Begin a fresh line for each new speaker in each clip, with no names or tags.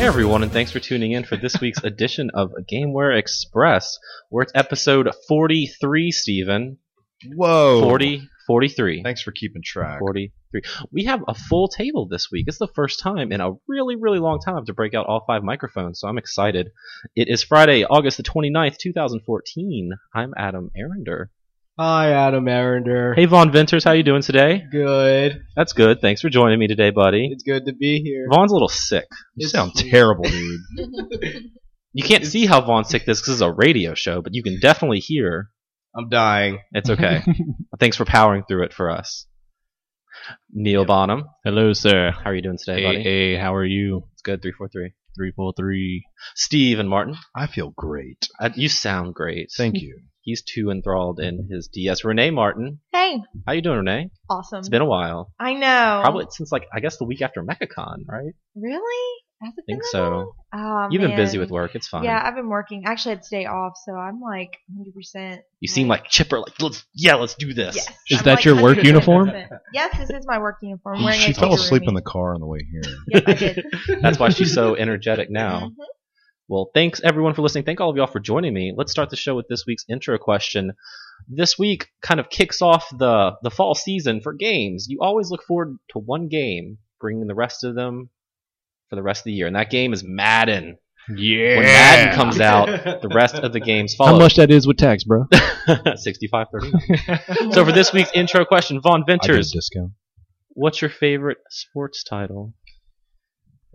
everyone, and thanks for tuning in for this week's edition of Gameware Express. We're at episode 43, Steven.
Whoa.
40, 43.
Thanks for keeping track.
43. We have a full table this week. It's the first time in a really, really long time to break out all five microphones, so I'm excited. It is Friday, August the 29th, 2014. I'm Adam Arender.
Hi, Adam Arender.
Hey, Vaughn Venters, how you doing today?
Good.
That's good. Thanks for joining me today, buddy.
It's good to be here.
Vaughn's a little sick.
You
It's-
sound terrible, dude.
You can't see how Vaughn's sick this 'cause this is a radio show, but you can definitely hear.
I'm dying.
It's okay. Thanks for powering through it for us. Neil Bonham,
Hello, sir.
how are you doing today,
Hey,
buddy?
hey, how are you?
It's good. Three four three.
343.
Steve and Martin.
I feel great.
Uh, you sound great.
Thank you.
He's too enthralled in his DS. Renee Martin,
Hey,
how you doing, Renee?
awesome.
It's been a while.
I know.
Probably since like I guess the week after MechaCon, right?
Really? Has it
Think
been that
so.
long? Oh,
You've been busy
man.
with work. It's fine.
Yeah, I've been working. Actually, I had today off, so I'm like 100. percent
you seem like chipper. Like let's yeah, let's do this.
Yes.
Is
I'm
that
like
your work
100%
uniform?
Yes, this is my work uniform. I'm wearing
She
a
fell
kangaroo
asleep in
knee.
the car on the way here.
Yes, I did.
That's why she's so energetic
Mm-hmm.
now.
Mhm.
Well, thanks everyone for listening. Thank all of y'all for joining me. Let's start the show with this week's intro question. This week kind of kicks off the the fall season for games. You always look forward to one game, bringing the rest of them for the rest of the year, and that game is Madden.
Yeah.
When Madden comes out, the rest of the games follow.
How much that is with tax, bro?
Sixty-five thirty. so for this week's intro question, Vaughn
I get a
Ventures,
discount.
what's your favorite sports title?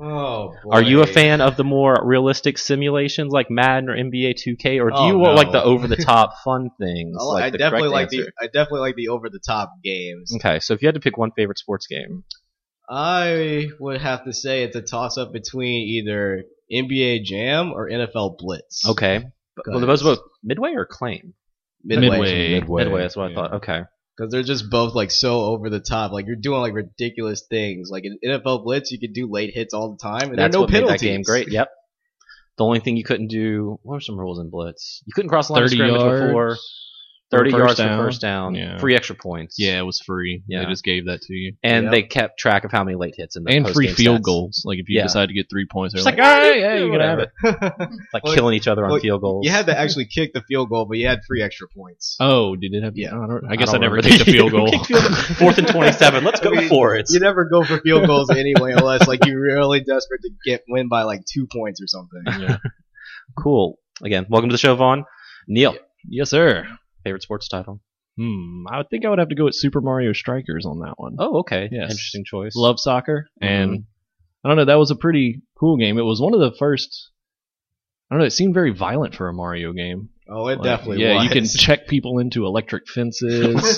Oh, boy.
Are you a fan of the more realistic simulations like Madden or NBA 2K, or do
Oh,
you want,
no.
like the over-the-top fun things?
I,
like
I
the
definitely
correct
like
answer?
the I definitely like the over the top games.
Okay, so if you had to pick one favorite sports game,
I would have to say it's a toss up between either NBA Jam or NFL Blitz.
okay, well, those are both Midway or Claim.
midway
Midway.
Midway.
Midway, that's what
Yeah.
I thought. Okay,
because they're just both like so over the top. Like you're doing like ridiculous things. Like in NFL Blitz, you could do late hits all the time,
that's
and there are no
what
penalties.
made that game great. Yep. The only thing you couldn't do, what were some rules in Blitz? You couldn't cross the line of
30
scrimmage
yards.
before
for
30
first
yards
down.
for first down,
Yeah.
free extra points.
Yeah, it was free.
Yeah.
They just gave that to you.
And
Yep.
they kept track of how many late hits in the
And free
post-game
field
stats.
goals. Like, if you
Yeah.
decide to get three points, they're
Just
like,
like, "Ah,
all right,
yeah,
yeah,
you
you
can
can have
have
it.
Like
Well,
killing each other on
well,
field goals.
You had to actually kick the field goal, but you had three extra points.
Uh,
Oh, did it have?
Yeah.
I, don't, I guess I,
don't
never
remember.
kicked a field goal.
Kicked field goal. Fourth and 27. Let's go
I mean,
for it.
You never go for field goals anyway, unless like you're really desperate to get win by like two points or something.
Cool. Again, welcome to the show, Vaughn. Neil,
yes, sir.
favorite sports title?
Hmm. I would think I would have to go with Super Mario Strikers on that one.
Oh, Mm-hmm. okay.
Yes.
Interesting choice.
love soccer and i don't know that was a pretty cool game it was one of the first i don't know it seemed very violent for a mario game
Oh, it
Like,
definitely
yeah
was.
you can check people into electric fences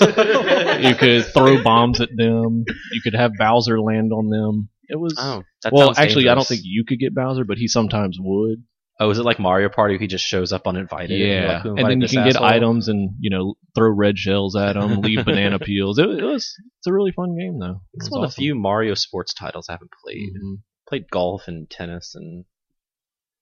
you could throw bombs at them you could have bowser land on them it was
Oh, that
well
sounds
actually i don't
dangerous.
think you could get bowser but he sometimes would
Oh, is it like Mario Party? Where he just shows up uninvited. and you're
yeah
like, who
and then
invited
you
this
can get
asshole?
items and you know throw red shells at them leave banana peels it, it was it's a really fun game though It
It's
was
one of the
awesome.
few Mario sports titles I haven't played.
Mhm.
Played golf and tennis and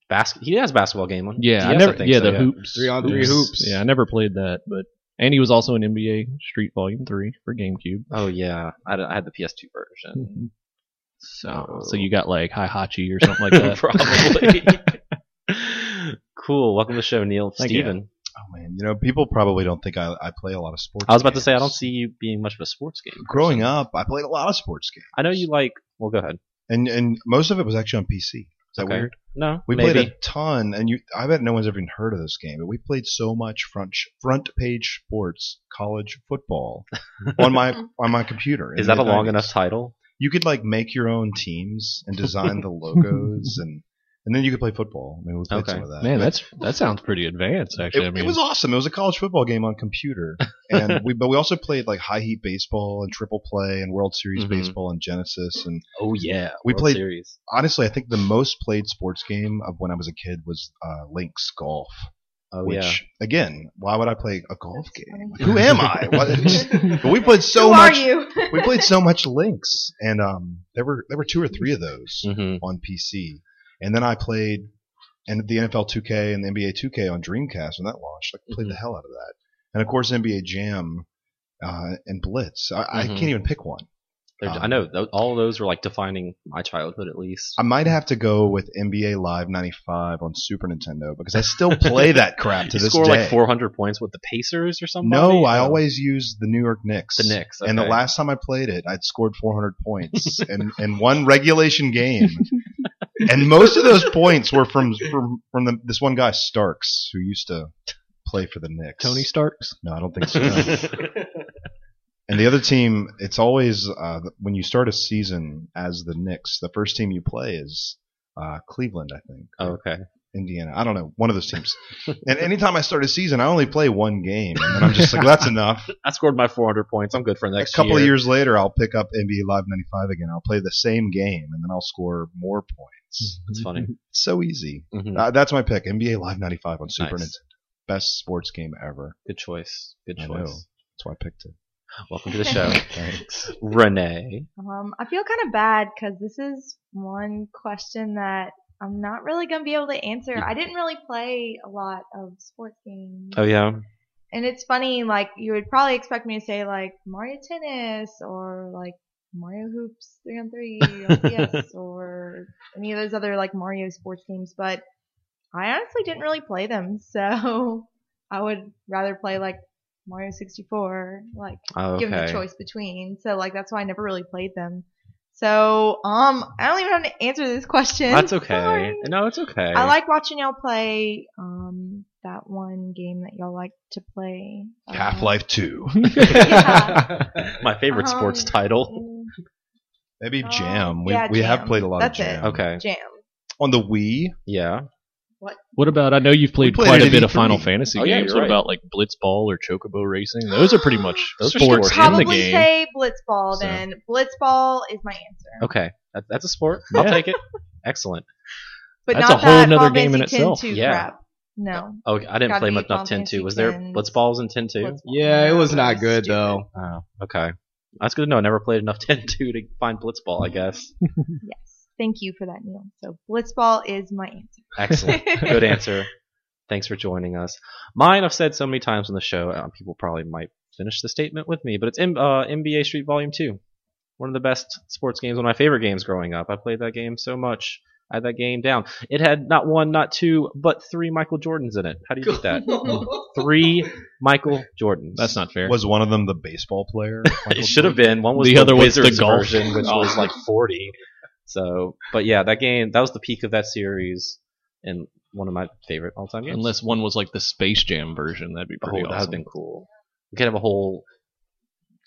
basket. He has a basketball game on.
Yeah, I
DS,
never.
think
yeah,
so,
the hoops,
Three on three hoops.
Yeah, I never played that, but and he was also in NBA Street Volume Three for GameCube.
Oh yeah, I, I had the PS2 version. So,
So you got like Hihachi or something like that.
probably. cool. Welcome to the show, Neil.
Thank you.
Steven.
Oh man, you know people probably don't think I, I play a lot of sports.
I was about to say I don't
games.
see you being much of a sports game.
Growing up, I played a lot of sports games,
I know you like. Well, go ahead.
and and most of it was actually on PC. Is that
Okay.
weird?
No,
We
maybe.
played a ton, and you. I bet no one's ever even heard of this game, but we played so much front front page sports college football on my on my computer. in
Is that
the
a long
90s.
enough title?
You could like make your own teams and design the logos, and and then you could play football. I mean, we played
Okay.
some of that.
Man,
But
that's that sounds pretty advanced.
it,
Actually, I
it
mean,
was awesome. It was a college football game on computer, and we but we also played like high heat baseball and triple play and World Series
Mhm.
baseball and Genesis. And
Oh yeah,
We played-
Series.
honestly, I think the most played sports game of when I was a kid was uh, Lynx Golf.
Oh
which
yeah.
again, why would I play a golf
That's
game?
funny.
Like, Who am I? What- but we played so
Who
much.
are you?
We played so much Lynx, and um, there were there were two or three of those
Mm-hmm.
on PC, and then I played and the NFL 2K and the NBA 2K on Dreamcast when that launched. I played
Mm-hmm.
the hell out of that, and of course NBA Jam uh, and Blitz. I, I
Mhm.
can't even pick one.
They're,
Um,
I know tho- all those were like defining my childhood at least.
I might have to go with NBA Live 95 on Super Nintendo because I still play that crap to
you
this
score
day.
like 400 points with the Pacers or something.
no, I always use the New York Knicks.
the Knicks.
And the
okay.
last time I played it, I'd scored 400 points in, in one regulation game. and most of those points were from from, from the, this one guy Starks who used to play for the Knicks.
Tony Starks.
No, I don't think so. no. and the other team, it's always uh, when you start a season as the Knicks, the first team you play is uh, Cleveland, I think.
Oh, okay.
Indiana. I don't know, one of those teams. and anytime I start a season, I only play one game, and then I'm just like, that's enough.
I scored my 400 points. I'm good for next
a couple
year.
of years later, I'll pick up NBA Live 95 again. I'll play the same game, and then I'll score more points.
It's funny.
It's so easy.
Mhm.
Mm-hmm. Uh, that's my pick. NBA Live 95 on Super
Nice.
Nintendo. Best sports game ever.
Good choice. Good
I know.
choice.
That's why I picked it.
Welcome to the show,
Thanks.
Renee.
Um, I feel kind of bad because this is one question that I'm not really gonna be able to answer. I didn't really play a lot of sports games,
Oh yeah.
and it's funny. Like you would probably expect me to say like Mario Tennis or like Mario Hoops three on three on PS or any of those other like Mario sports games, but I honestly didn't really play them. So I would rather play like Mario 64, like
Oh, okay.
given the choice between. So like that's why I never really played them. So um, I don't even know how to answer this question.
That's okay.
Sorry.
No, it's okay.
I like watching y'all play um that one game that y'all like to play. uh,
Half Life 2.
Yeah.
my favorite sports
Um,
title.
mm,
Maybe
Oh,
Jam. We,
yeah,
we have
Jam.
played a lot
That's
of
it.
Jam.
Okay.
Jam.
On the Wii,
Yeah.
What about? I know you've played
played
quite
it
a
at
bit of
E3.
Final Fantasy
Oh, yeah,
games.
you're
what
right.
about like Blitzball or Chocobo Racing? Those are pretty much
Those are
sports
sports
in the
Probably
game.
say Blitzball
So-
then. Blitzball is my answer.
Okay. That, that's a sport. I'll
Yeah.
take it. Excellent.
But
That's
not
a whole
that
nother
Final
game in
Fantasy
itself.
10 2
Yeah.
crap. No.
Oh, I didn't
Gotta
play
be
much enough
Final
10 2.
Fantasy
Was there
10.
Blitzballs in 10 2?
Blitzball.
Yeah, it was not
That's
good
stupid.
though.
Oh, okay. That's good to know. I never played enough 10 2 to find Blitzball, I guess.
Yes. Thank you for that, Neil. So Blitzball is my answer.
Excellent. Good answer. Thanks for joining us. Mine, I've said so many times on the show, uh, people probably might finish the statement with me, but it's M- uh, NBA Street Volume 2. One of the best sports games, one of my favorite games growing up. I played that game so much. I had that game down. It had not one, not two, but three Michael Jordans in it. How do you beat that? three Michael Jordans.
That's not fair.
was one of them the baseball player? Michael
it should have
Jordan?
been. One was
The
the,
other
other
was the
Wizards
golf. Oh.
version, which was like 40. So, but yeah, that game that was the peak of that series, and one of my favorite all-time games.
Unless one was like the Space Jam version, that'd be
oh,
pretty
that would have
awesome.
been cool. We could have a whole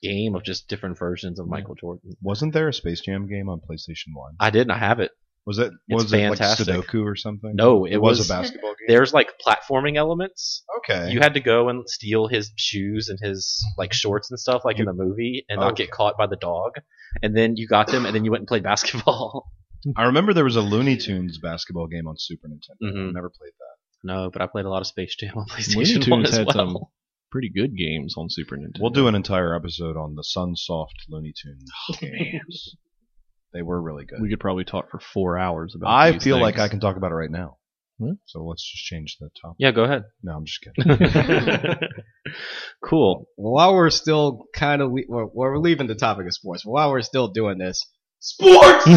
game of just different versions of Michael Jordan.
Wasn't there a Space Jam game on PlayStation One?
I didn't. I have it.
Was it
It's
was
fantastic.
it like Sudoku or something?
No, it,
it
was.
was, a basketball game.
There's like platforming elements.
okay,
You had to go and steal his shoes and his like shorts and stuff, like in the movie, and not
Okay.
get caught by the dog. And then you got them, and then you went and played basketball.
I remember there was a Looney Tunes basketball game on Super Nintendo.
Mhm.
I never played that.
No, but I played a lot of Space Jam on
Looney
PlayStation
Tunes
One as
had
well.
some pretty good games on Super Nintendo.
We'll do an entire episode on the Sunsoft Looney Tunes games. They were really good.
Oh, We could probably talk for four hours about.
I
these
feel like
things.
I can talk about it right now.
Hmm?
So let's just change the topic.
Yeah, go ahead.
No, I'm just kidding.
cool.
While we're still kind of le- well, we're leaving the topic of sports. While we're still doing this, sports.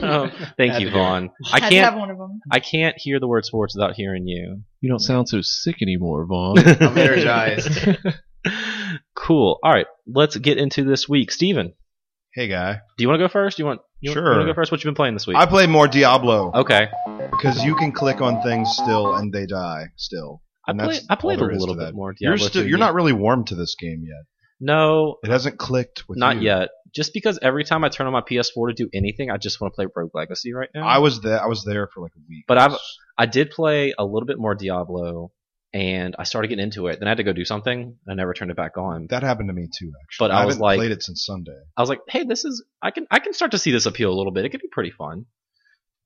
Oh, thank
Had
you,
to do it.
Vaughn. I
Had to have
can't.
one of them.
I can't hear the word sports without hearing you.
You don't sound so sick anymore, Vaughn.
I'm energized.
cool. All right, let's get into this week. Steven,
hey, guy.
do you want to go first? Do you want? You
Sure.
Want to go first? What you been playing this week?
I played more Diablo
okay.
because you can click on things still and they die still.
I,
And
play,
that's
I played a
all there is
little
to
bit
that.
more.
you're
Diablo
still
two.
you're not really warm to this game yet.
No,
It hasn't clicked with
not
you.
yet. Just because every time I turn on my PS4 to do anything, I just want to play Rogue Legacy right now.
I was there. I was there for like a week.
But I've- I did play a little bit more Diablo, and I started getting into it. Then I had to go do something, and I never turned it back on.
that happened to me too. Actually,
But I was
haven't
like-
played it since Sunday.
I was like, "Hey, this is I can I can start to see this appeal a little bit. It could be pretty fun."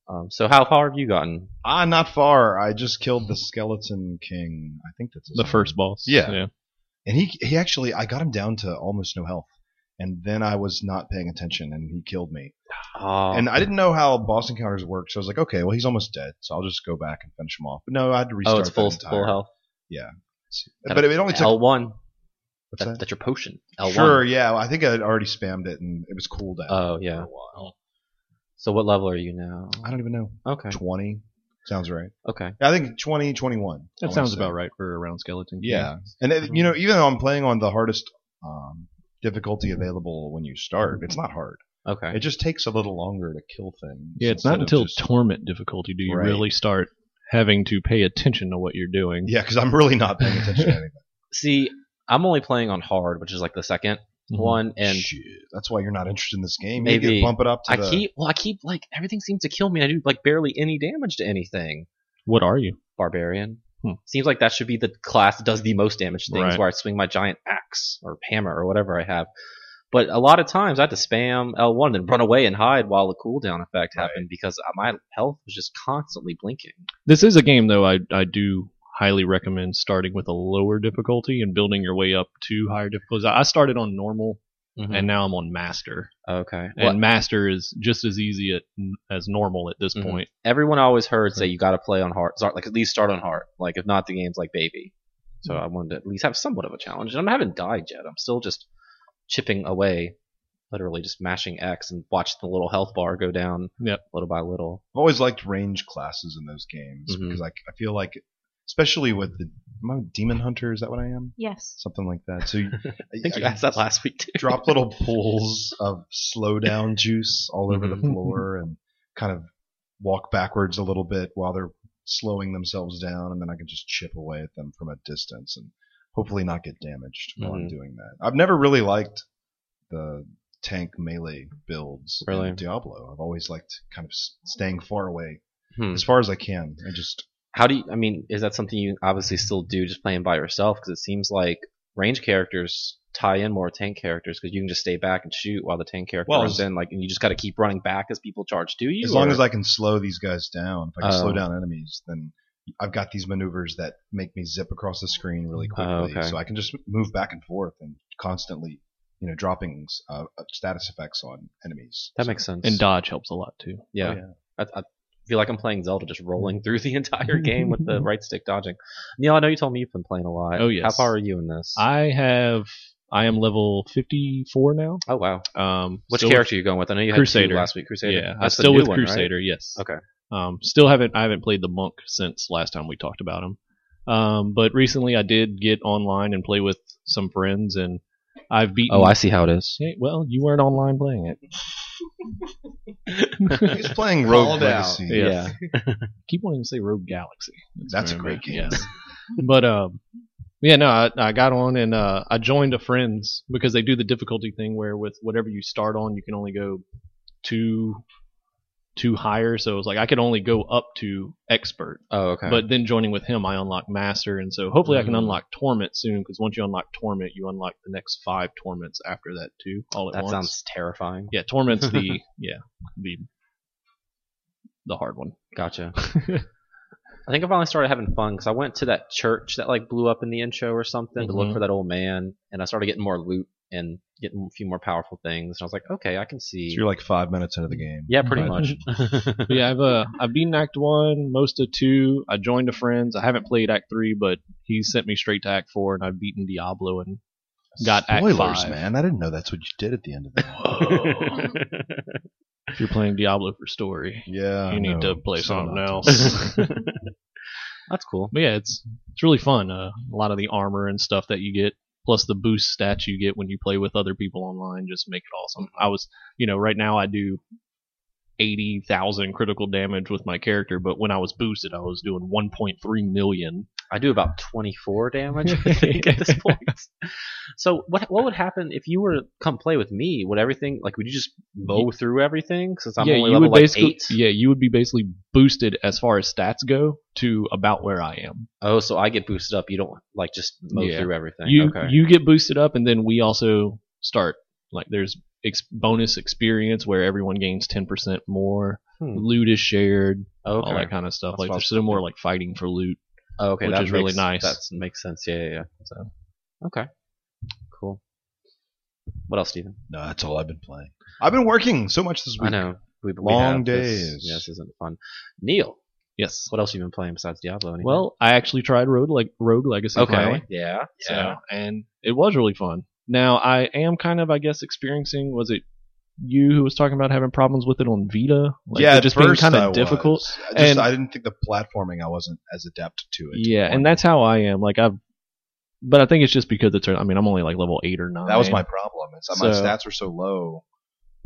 Um, so how far have you gotten?
Ah, not far. I just killed the skeleton king. I think that's his
the
name.
first boss.
Yeah. And he he actually I got him down to almost no health, and then I was not paying attention, and he killed me.
Oh,
And I didn't know how boss encounters work, so I was like, okay, well he's almost dead, so I'll just go back and finish him off. But no, I had to restart.
oh, it's Oh, full
that entire-
full health.
But it, it only took
L one.
What's
That,
that?
that's your potion. L1.
Sure, yeah. I think I had already spammed it and it was cooled down.
Oh yeah. So what level are you now?
I don't even know.
Okay.
20 sounds right.
Okay.
I think 20, 21. I
That
wanna
sounds
say.
about right for a round skeleton. king.
Yeah. And it, you know, even though I'm playing on the hardest um, difficulty available when you start, it's not hard.
Okay.
It just takes a little longer to kill things.
Yeah, it's
instead
not
of
until
just-
torment difficulty do you
Right.
really start having to pay attention to what you're doing.
yeah, because I'm really not paying attention to anything.
See, I'm only playing on hard, which is like the 2nd
Mhm.
Mm-hmm.
one, and
Shit, that's why you're not interested in this game. Maybe,
Maybe.
bump it up to
I
the.
keep well, I keep like everything seems to kill me. and I do like barely any damage to anything.
What are you?
Barbarian
Hmm.
seems like that should be the class that does the most damage to things,
Right.
where I swing my giant axe or hammer or whatever I have. But a lot of times I had to spam L1 and run away and hide while the cooldown effect happened because my health was just constantly blinking.
This is a game though I I do highly recommend starting with a lower difficulty and building your way up to higher difficulties. I I started on normal
Mm-hmm.
and now I'm on master.
Okay.
Mm-hmm. And master is just as easy at, as normal at this
Mm-hmm.
Mhm.
point.
everyone I always heard say you got to play on hard, start, like at least start on hard. Like if not, the game's like baby. So
Mm-hmm.
I wanted to at least have somewhat of a challenge, and I haven't died yet. I'm still just chipping away, literally just mashing X and watching the little health bar go down
Yep.
little by little.
I've always liked range classes in those games
Mhm.
because like I feel like, especially with the am I a demon hunter? Is that what I am?
Yes.
Something like that. So you,
I think you asked that last week too.
drop little pools of slow down juice all over the
Mhm.
floor and kind of walk backwards a little bit while they're slowing themselves down, and then I can just chip away at them from a distance and hopefully not get damaged while
Mm-hmm.
I'm doing that. I've never really liked the tank melee builds
Really?
in Diablo. I've always liked kind of s- staying far away
Hmm.
as far as I can and just
How do you? I mean, is that something you obviously still do, just playing by yourself? Because it seems like range characters tie in more tank characters because you can just stay back and shoot while the tank character
Well,
runs
as-
in, like, and you just got to keep running back as people charge to you.
as long
or-
as I can slow these guys down, if I can
Oh.
slow down enemies, then I've got these maneuvers that make me zip across the screen really quickly.
Oh, okay.
So I can just move back and forth and constantly, you know, dropping uh, status effects on enemies.
that
So-
makes sense.
And dodge helps a lot too.
Yeah.
Oh, yeah.
I, I feel like I'm playing Zelda, just rolling through the entire game with the right stick dodging. Neil, I know you told me you've been playing a lot.
Oh, yes.
How far are you in this?
I have I am level 54 now.
oh wow.
Um
Which
still-
character are you going with? I know you had
Crusader.
two last week. Crusader.
Yeah, I'm
That's the
still
new
with
one, right?
Crusader. Yes.
Okay.
Um, still haven't I haven't played the monk since last time we talked about him. Um, but recently I did get online and play with some friends, and I've beaten.
Oh, I see how it is.
Okay, well, you weren't online playing it.
He's playing Rogue
Called out.
Legacy.
Yeah. keep wanting to say Rogue Galaxy.
That's a
very
great
bad.
game.
Yes. but um, yeah, no, I, I got on and uh, I joined a friend's because they do the difficulty thing where with whatever you start on, you can only go two two higher. So it was like I could only go up to expert.
Oh, okay.
But then joining with him, I unlock master, and so hopefully I can
Mm.
unlock torment soon. Because once you unlock torment, you unlock the next five torments after that too, all at
that
once.
sounds terrifying.
yeah, torment's the yeah the the hard one.
Gotcha. I think I finally started having fun because I went to that church that like blew up in the intro or something to look
Mhm.
for that old man, and I started getting more loot and getting a few more powerful things. And I was like, okay, I can see.
So you're like five minutes into the game.
yeah, pretty
Right.
much.
But yeah, I've uh, I've beaten Act One, most of two. I joined a friend's. I haven't played Act Three, but he sent me straight to Act Four, and I've beaten Diablo. And Got Act
Spoilers,
five.
man. I didn't know that's what you did at the end of the
if you're playing Diablo for story,
Yeah. I
you need
know.
to play
Son of
something
a-
else.
That's cool.
but yeah, it's it's really fun. Uh, a lot of the armor and stuff that you get, plus the boost stats you get when you play with other people online, just make it awesome. I was, you know, right now I do eighty thousand critical damage with my character, but when I was boosted, I was doing one point three million.
I do about 24 damage, I think, at this point. So what what would happen if you were to come play with me? Would everything like would you just mow through everything since I'm only level like
basically,
eight?
yeah, you would be basically boosted as far as stats go to about where I am.
Oh, so I get boosted up. You don't like just mow
Yeah.
through everything.
You
okay.
you get boosted up, and then we also start like there's ex- bonus experience where everyone gains ten percent more.
Hmm.
Loot is shared,
okay.
all that kind of stuff.
That's
like
what I
there's
was
still more like fighting for loot.
oh, okay.
which
that
is really
makes-
nice.
That makes sense. Yeah, yeah. yeah. So okay, cool. What else, Steven?
No, that's all I've been playing. I've been working so much this
I
week.
know we've
Long
we have this-
days.
yeah, this isn't fun. Neil,
Yes.
What else have you been playing besides Diablo?
Mm-hmm.
Anything?
Well, I actually tried Road like Rogue Legacy
okay,
finally.
yeah,
So,
yeah.
and it was really fun. Now, I am kind of, I guess, experiencing. Was it you who was talking about having problems with it on Vita? Like,
yeah,
it
at
just being
first
kind
I
of
was.
difficult.
I just
And-
I didn't think the platforming I wasn't as adept to it.
Yeah, and that's how I am. Like I've, but I think it's just because it's. I mean, I'm only like level eight or nine.
that was my problem. It's that my
So-
stats were so low.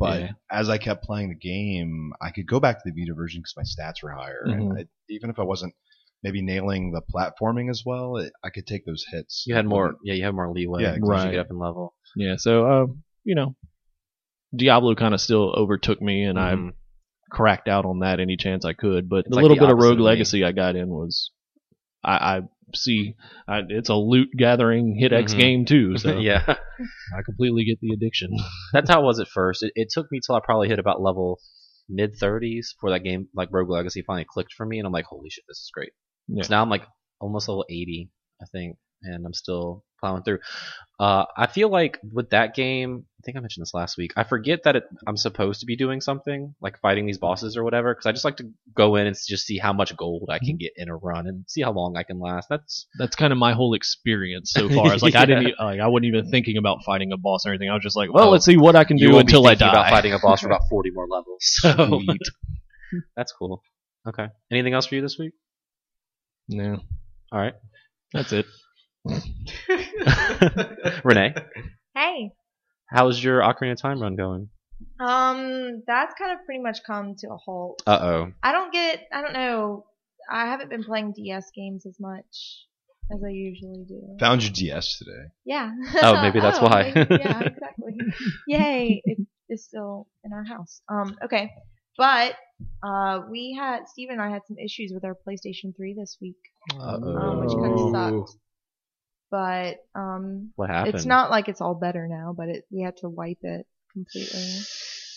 But
Yeah.
as I kept playing the game, I could go back to the Vita version because my stats were higher.
Mm-hmm.
And I, even if I wasn't maybe nailing the platforming as well, it, I could take those hits.
you had more. Yeah, you had more leeway.
Yeah,
once You
exactly.
get up in level.
Yeah, so uh, you know, Diablo kind of still overtook me, and I
Mhm.
cracked out on that any chance I could. But
It's
the
like
little
the
bit of
opposite
Rogue
of me.
Legacy I got in was, I, I see, I, it's a loot gathering hit X
Mhm.
game too. So
yeah,
I completely get the addiction.
that's how it was at first. It, it took me till I probably hit about level mid 30s before that game, like Rogue Legacy, finally clicked for me, and I'm like, holy shit, this is great.
Yeah.
So now I'm like almost level 80, I think, and I'm still plowing through. Uh, I feel like with that game, I think I mentioned this last week. I forget that it, I'm supposed to be doing something like fighting these bosses or whatever, because I just like to go in and s- just see how much gold I can get in a run and see how long I can last. That's
That's kind of my whole experience so far. It's like I didn't, e- like I wasn't even thinking about fighting a boss or anything. I was just like, well,
Oh.
let's see what I can
you
do
won't be
until I
thinking
die.
About fighting a boss for about 40 more levels. So
Sweet.
that's cool. Okay. Anything else for you this week?
No.
All right.
That's it.
Renee,
Hey.
how's your Ocarina of Time run going?
Um, that's kind of pretty much come to a halt.
Uh oh.
I don't get. I don't know. I haven't been playing DS games as much as I usually do.
Found your DS today.
yeah.
Oh, maybe that's why.
maybe- yeah, exactly. Yay! It is still in our house. Um. Okay. But uh, we had Steve and I had some issues with our PlayStation 3 this week, um, which kind
Oh.
of sucked. But um,
What happened?
it's not like it's all better now, but it, we had to wipe it completely.
Uh,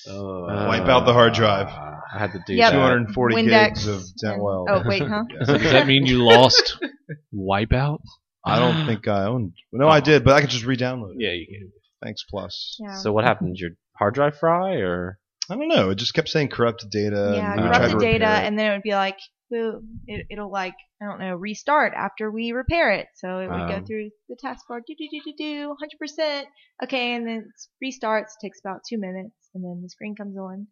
Oh, Wipe out the hard drive.
I had to do
Yep.
that.
240 gigs
Windex
of
and-
well.
oh, wait, huh?
yes.
Does that mean you lost Wipeout?
I don't think I owned. No, I did, but I could just re-download it.
Oh. Yeah, you can.
Thanks, Plus.
Yeah.
So what happened? Your hard drive fry or?
I don't know. It just kept saying corrupted data.
yeah,
and
would
we tried to
corrupted
repair
data,
it.
and then it would be like, well, it, it'll like, I don't know, restart after we repair it. So it would
Um.
Oh.
go through the taskbar, do do do do do, hundred percent, okay, and then it restarts, takes about two minutes, and then the screen comes on.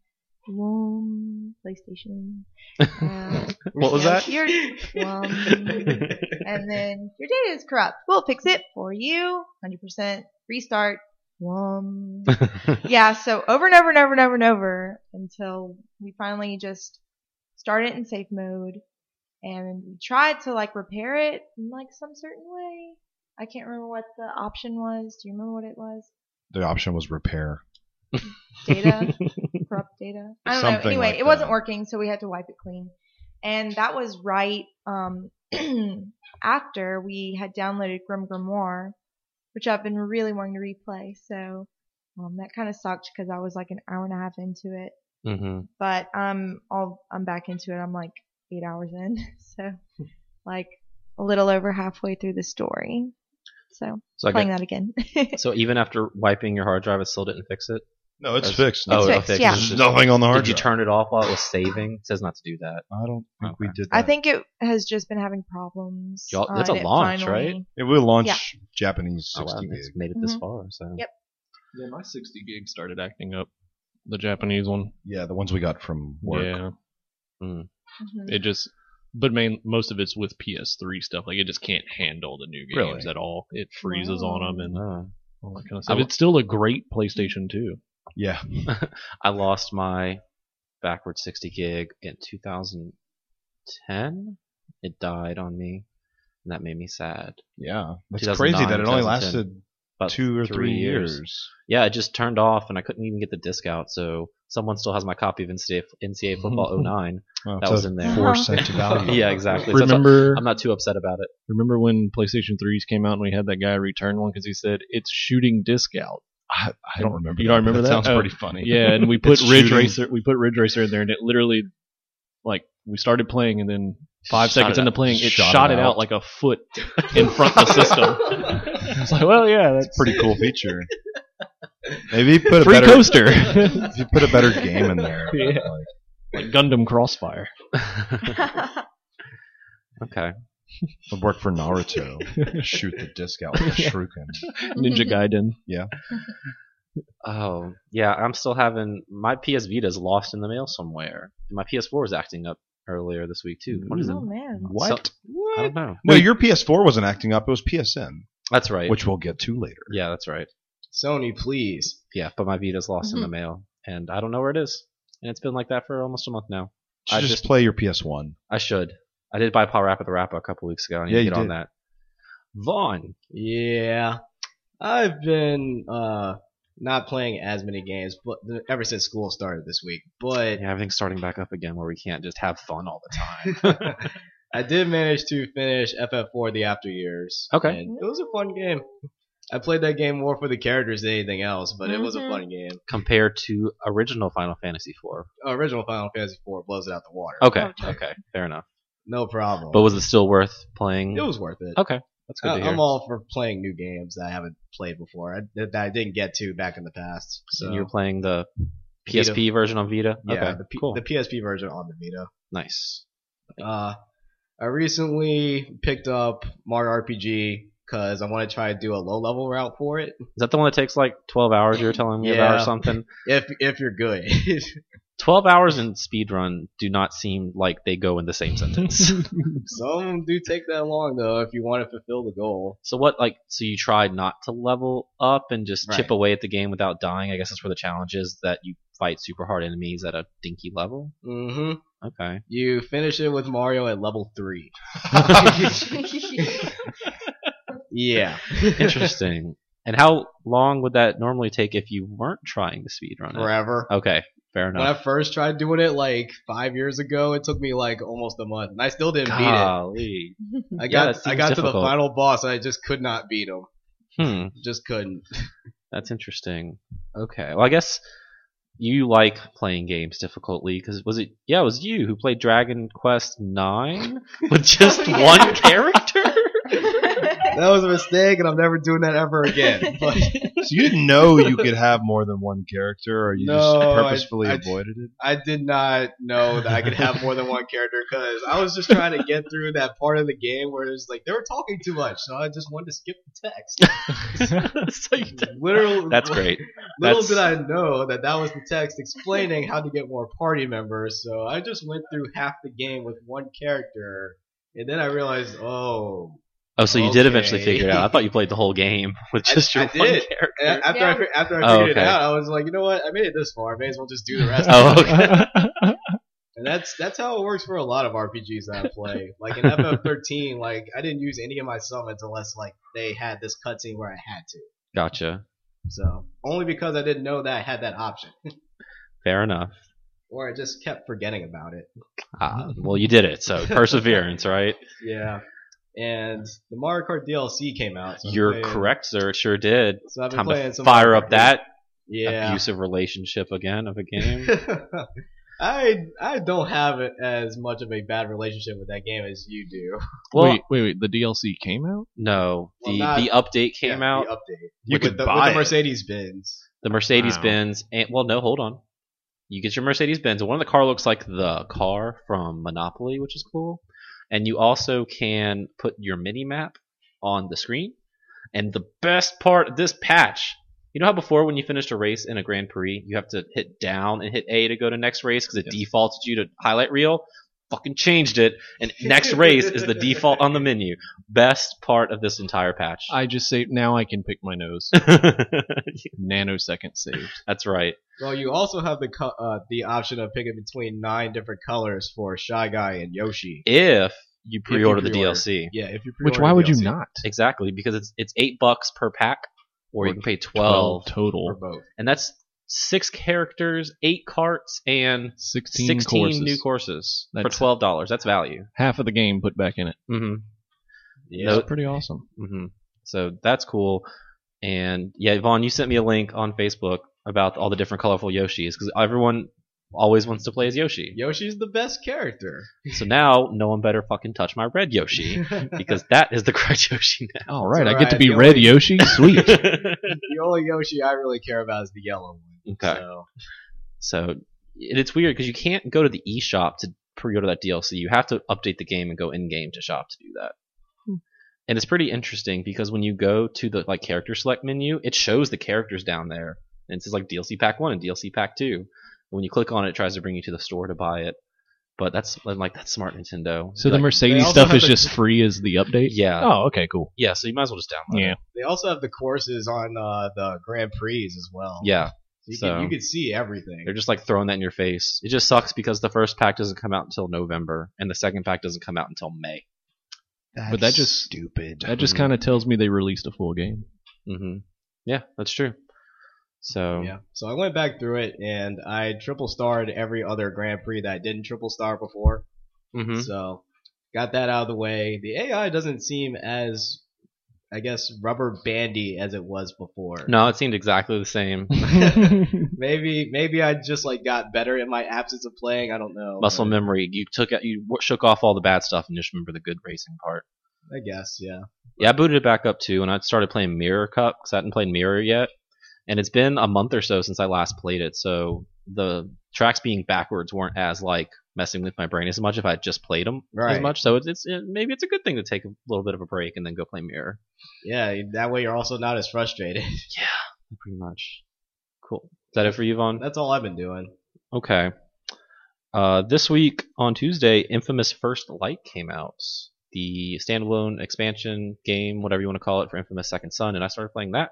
Whoom, PlayStation. Uh,
What was that?
Your, whoom, and then your data is corrupt. We'll fix it for you. Hundred percent restart. Whoom. yeah, so over and over and over and over and over until we finally just started in safe mode and we tried to like repair it in like some certain way. I can't remember what the option was. Do you remember what it was?
The option was repair.
Data, corrupt data. I don't
Something
know. Anyway,
like
it wasn't
that.
working, so we had to wipe it clean. And that was right um, after we had downloaded Grim Grimoire, which I've been really wanting to replay. So um, that kind of sucked because I was like an hour and a half into it.
Mm-hmm.
hmm
but um I'll, I'm back into it. I'm like eight hours in, so like a little over halfway through the story. So
So I
playing
got,
that again.
so even after wiping your hard drive, it still didn't fix it.
No, it's
That's-
fixed.
It's
now.
oh,
fixed,
okay.
yeah.
There's nothing on the hard
Did you
drive.
turn it off while it was saving? It says not to do that.
I don't think we
Okay.
did that.
I think it has just been having problems.
Y'all-
uh,
that's a
and it
launch,
finally-
it will launch
Yeah.
Japanese 60
Oh, wow,
gig.
it's made it this
Mhm.
far. So
Yep.
Yeah, my 60 gig started acting up. The Japanese one.
Yeah, the ones we got from work.
Yeah.
Mhm.
It just, but main most of it's with PS3 stuff. Like it just can't handle the new games
Really?
at all. It freezes
Wow.
on 'em on them and
Uh,
all that kind of
I
stuff.
w-
it's still a great PlayStation 2.
Yeah.
I lost my backward 60 gig in 2010. It died on me, and that made me sad.
Yeah. That's crazy that it
2009,
only
2010.
lasted
About
two or three, years.
Yeah, it just turned off, and I couldn't even get the disc out. So someone still has my copy of NCAA, NCAA Football 09.
Oh,
That
so
was in there.
Uh-huh.
Four cent value.
yeah, exactly. So that's why
Remember,
I'm not too upset about it.
remember when PlayStation 3s came out and we had that guy return one because he said it's shooting disc out.
I, I don't remember.
You don't remember
but
that?
Sounds
Oh.
pretty funny.
Yeah, and we put
It's
Ridge
shooting.
Racer. We put Ridge Racer in there, and it literally, like, we started playing, and then five
Shot
seconds
it
into
out.
playing, it
Shot
shot,
it
it
out.
out like a foot in front of the system. I was like, well, yeah, that's
That's a pretty cool feature. Maybe you put a
free
better
coaster,
if you put a better game in there.
Yeah.
Like,
like Gundam Crossfire.
Mhm.
Okay.
Would work for Naruto. Shoot the disc out with a
Yeah.
shuriken.
Ninja Gaiden.
Oh yeah, I'm still having my PS Vita is lost in the mail somewhere. And my PS4 was acting up earlier this week too. What is it?
Oh man.
What? I don't know.
no, your PS4 wasn't acting up. It was PSN,
That's right.
which we'll get to later.
yeah, that's right.
Sony, please.
Yeah, but my Vita's lost in the mail, and I don't know where it is. And it's been like that for almost a month now.
Should
I
just,
just-
play your PS1.
I should. I did buy Paul Rapper the Rapper a couple weeks ago. I need
Yeah,
to
you
get on
did.
that. Vaughn.
Yeah. I've been uh not playing as many games, but ever since school started this week. But
Yeah, everything's starting back up again where we can't just have fun all the time.
I did manage to finish FF4 The After Years.
Okay.
and it was a fun game. I played that game more for the characters than anything else, but it was a
Mhm.
fun game.
Compared to original Final Fantasy IV.
Original Final Fantasy IV blows it out the water.
Okay,
Okay.
okay, fair enough.
No problem.
But was it still worth playing?
it was uh, worth it.
okay, that's good
I,
to hear.
am all for playing new games that I haven't played before I, that, that I didn't get to back in the past. So
And you're playing the PSP version on Vita.
uh, yeah,
okay,
the, P-
cool,
the PSP version on the Vita.
nice.
Uh, I recently picked up Mario RPG because I want to try to do a low level route for it.
Is that the one that takes like 12 hours you were telling me about
Yeah.
or something?
If if you're good,
12 hours in speedrun do not seem like they go in the same sentence.
some do take that long though if you want to fulfill the goal.
so what like so you try not to level up and just chip
Right.
away at the game without dying. I guess that's where the challenge is that you fight super hard enemies at a dinky level.
hmm
Okay.
You finish it with Mario at level three. Yeah.
Interesting. and how long would that normally take if you weren't trying to speedrun it?
Forever.
Okay, fair
When
enough.
I first tried doing it like five years ago, it took me like almost a month, and I still didn't
Golly.
beat it. I
Yeah,
got
that
I
seems
got to the
difficult.
final boss, and I just could not beat him.
Hmm.
Just couldn't.
That's interesting. Okay. Well, I guess you like playing games difficultly because was it? Yeah, it was you who played Dragon Quest Nine with just
yeah.
one character.
That was a mistake, and I'm never doing that ever again. But
So you didn't know you could have more than one character, or you
No, I-
just purposefully
I-
avoided it.
I did not know that I could have more than one character because I was just trying to get through that part of the game where it's like they were talking too much, so I just wanted to skip the text.
so you did-
Literally,
That's great.
Little
That's-
did I know that that was the text explaining how to get more party members, so I just went through half the game with one character, and then I realized, oh.
Oh, so you did eventually
Okay.
figure it out. I thought you played the whole game with
I-
just your
I
one
did.
character.
And after I fi- after I
Oh,
figured
okay.
it out, I was like, you know what? I made it this far. I may as well just do the rest.
Oh, okay.
And that's that's how it works for a lot of RPGs that I play. like in FF13, like I didn't use any of my summons unless like they had this cutscene where I had to.
Gotcha.
So only because I didn't know that I had that option,
Fair enough.
or I just kept forgetting about it.
Ah, well, you did it. So perseverance, right?
Yeah. And the Mario Kart DLC came out. So I've
You're
been-
correct, sir. It sure did.
So I've been
Time
playing
to
some
fire
Mario
up
Kart.
that
Yeah.
abusive relationship again of a game.
I I don't have it as much of a bad relationship with that game as you do.
Well,
wait, wait, wait. The DLC came out.
no, the
Well, not-
the update came
Yeah,
out.
the update.
You
with
could
the,
buy
with
it.
the Mercedes Benz.
the Mercedes Benz, and well, no, hold on. You get your Mercedes Benz, and one of the car looks like the car from Monopoly, which is cool. And you also can put your mini map on the screen. And the best part of this patch, you know how before when you finished a race in a Grand Prix, you have to hit down and hit A to go to next race because it
Yes.
defaulted you to highlight reel. Fucking changed it, and next race is the default on the menu. Best part of this entire patch.
I just say now I can pick my nose. Nanosecond saved.
That's right.
Well, you also have the co- uh, the option of picking between nine different colors for Shy Guy and Yoshi.
if you
you
pre-order the
pre-order.
DLC.
Yeah, if you
Which
pre-order
why would you
DLC
not?
Exactly, because it's it's eight bucks per pack, or you
Or
can pay twelve,
Twelve
for
total.
both.
and that's six characters, eight carts, and
Sixteen,
sixteen
courses.
new courses for
That's- Mm-hmm.
twelve dollars. That's value.
Half of the game put back in it.
hmm
Yeah.
No-
That's pretty awesome.
hmm So that's cool. And yeah, Yvonne, you sent me a link on Facebook about all the different colorful Yoshis because everyone always wants to play as Yoshi.
Yoshi's the best character.
So now no one better fucking touch my red Yoshi because that is the correct Yoshi
All right, I get
alright,
to be
the
Red
only-
Yoshi. Sweet.
now.
the only Yoshi I really care about is the yellow one.
Okay.
So,
So and it's weird because you can't go to the eShop to pre-order that DLC, you have to update the game and go in-game to shop to do that.
Hmm.
And it's pretty interesting because when you go to the like character select menu, it shows the characters down there, and it says like DLC pack one and DLC pack two. And when you click on it, it tries to bring you to the store to buy it. But that's I'm like that's smart Nintendo.
So the
Like,
Mercedes
also
stuff
have
is
the-
just free as the update.
yeah,
Oh, okay, cool.
yeah. So you might as well just download.
Yeah,
it.
They also have the courses on uh, the Grand Prix as well.
yeah.
you,
so-
can, you can see everything.
They're just like throwing that in your face. It just sucks because the first pack doesn't come out until November, and the second pack doesn't come out until May.
But that just-
stupid.
that just kind of tells me they released a full game.
hmm Yeah, that's true. So
Yeah. So I went back through it and I triple starred every other Grand Prix that I didn't triple star before.
mhm.
So got that out of the way. The AI doesn't seem as, I guess, rubber bandy as it was before.
no, it seemed exactly the same.
maybe maybe I just like got better in my absence of playing. I don't know.
Muscle
but
memory. You took out, you w- shook off all the bad stuff and just remember the good racing part.
I guess yeah.
Yeah, I booted it back up too, and I started playing Mirror Cup because I hadn't played Mirror yet, and it's been a month or so since I last played it. So the tracks being backwards weren't as like messing with my brain as much if I had just played them as
Right.
much. So it's, it's it, maybe it's a good thing to take a little bit of a break and then go play Mirror.
Yeah. That way you're also not as frustrated.
Pretty much. Cool. Is that it for you, Vaughn?
That's all I've been doing.
Okay. Uh, this week on Tuesday, Infamous First Light came out. The standalone expansion game, whatever you want to call it, for Infamous Second Son, and I started playing that.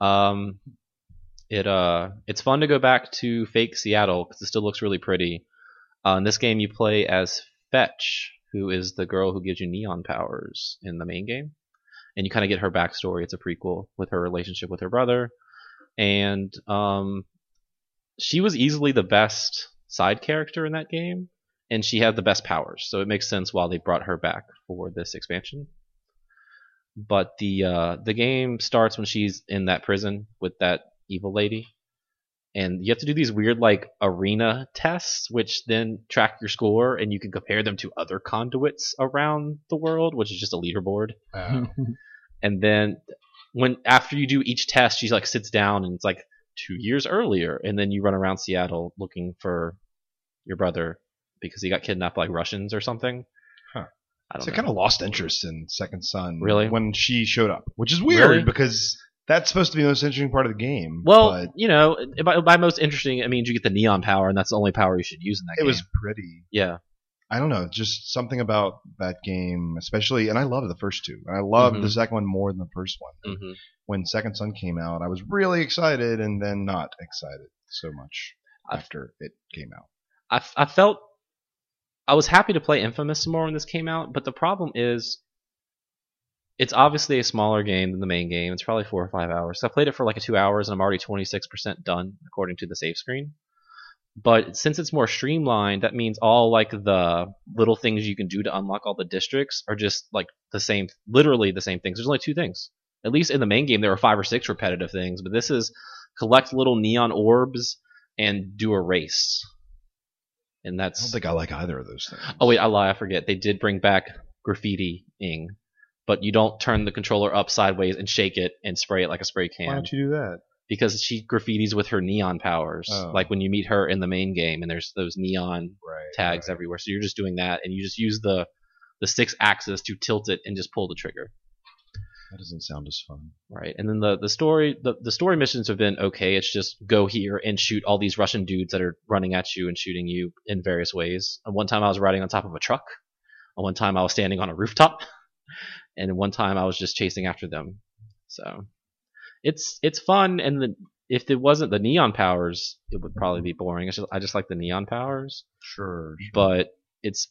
Um, it uh, it's fun to go back to fake Seattle because it still looks really pretty. Uh, in this game, you play as Fetch, who is the girl who gives you neon powers in the main game, and you kind of get her backstory. It's a prequel with her relationship with her brother, and um, she was easily the best side character in that game, and she had the best powers. So it makes sense why they brought her back for this expansion. But the uh, the game starts when she's in that prison with that evil lady, and you have to do these weird like arena tests, which then track your score, and you can compare them to other conduits around the world, which is just a leaderboard and then when after you do each test she like sits down and it's like two years earlier and then you run around seattle looking for your brother because he got kidnapped by russians or something
Huh.
i don't
So I
know
kind of lost interest in Second Son.
Really?
When she showed up, which is weird
Really?
because that's supposed to be the most interesting part of the game.
well
but
you know by, by most interesting it means you get the neon power and that's the only power you should use in that
it
game
was pretty.
yeah
I don't know, just something about that game, especially. And I love the first two. And I love
Mhm.
the second one more than the first one.
hmm
When Second Son came out, I was really excited, and then not excited so much
I-
after it came out.
I, f- I felt I was happy to play Infamous some more when this came out, but the problem is it's obviously a smaller game than the main game. It's probably four or five hours. So I played it for like a two hours and I'm already 26% done according to the save screen. But since it's more streamlined, that means all like the little things you can do to unlock all the districts are just like the same, literally the same things. There's only two things. At least in the main game, there were five or six repetitive things, but this is collect little neon orbs and do a race. And
I don't
that's
think I like either of those things.
Oh wait, I lie. I forget. They did bring back graffiti-ing, but you don't turn the controller up sideways and shake it and spray it like a spray
why
can
don't you do that?
because she graffitis with her neon powers.
Oh.
Like when you meet her in the main game, and there's those neon
Right.
tags everywhere. So you're just doing that, and you just use the the six axis to tilt it and just pull the trigger.
That doesn't sound as fun.
Right, and then the the story the, the story missions have been okay. It's just go here and shoot all these Russian dudes that are running at you and shooting you in various ways. And one time I was riding on top of a truck, and one time I was standing on a rooftop, and one time I was just chasing after them. So it's it's fun, and the, if it wasn't the neon powers, it would probably be boring. It's just, I just like the neon powers,
Sure.
but it's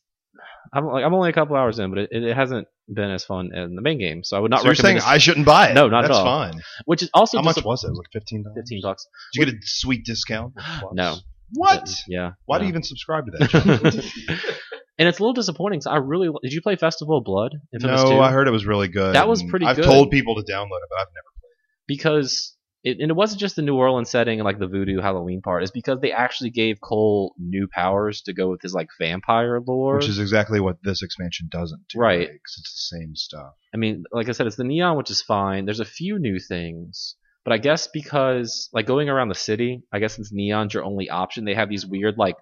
I'm like I'm only a couple hours in, but it, it hasn't been as fun in the main game. So I would not
so you're saying
recommend. this-
I shouldn't buy it?
No, not at
That's
all.
fine.
which is also
How much
disappointing.
was it? Like fifteen dollars.
Fifteen bucks.
Did you get a sweet discount?
No.
What?
But, yeah.
Why
no.
do you even subscribe to that?
and it's a little disappointing. 'cause I really did. You play Festival of Blood? Infamous
no,
2?
I heard it was really good.
That was
and
pretty
I've
good.
told people to download it, but I've never.
because it, and it wasn't just the New Orleans setting and like the voodoo Halloween part. It's because they actually gave Cole new powers to go with his like vampire lore.
Which is exactly what this expansion doesn't do.
Right.
'Cause it's the same stuff.
I mean, like I said, it's the neon, which is fine. There's a few new things, but I guess because like going around the city, I guess since neon's your only option, they have these weird like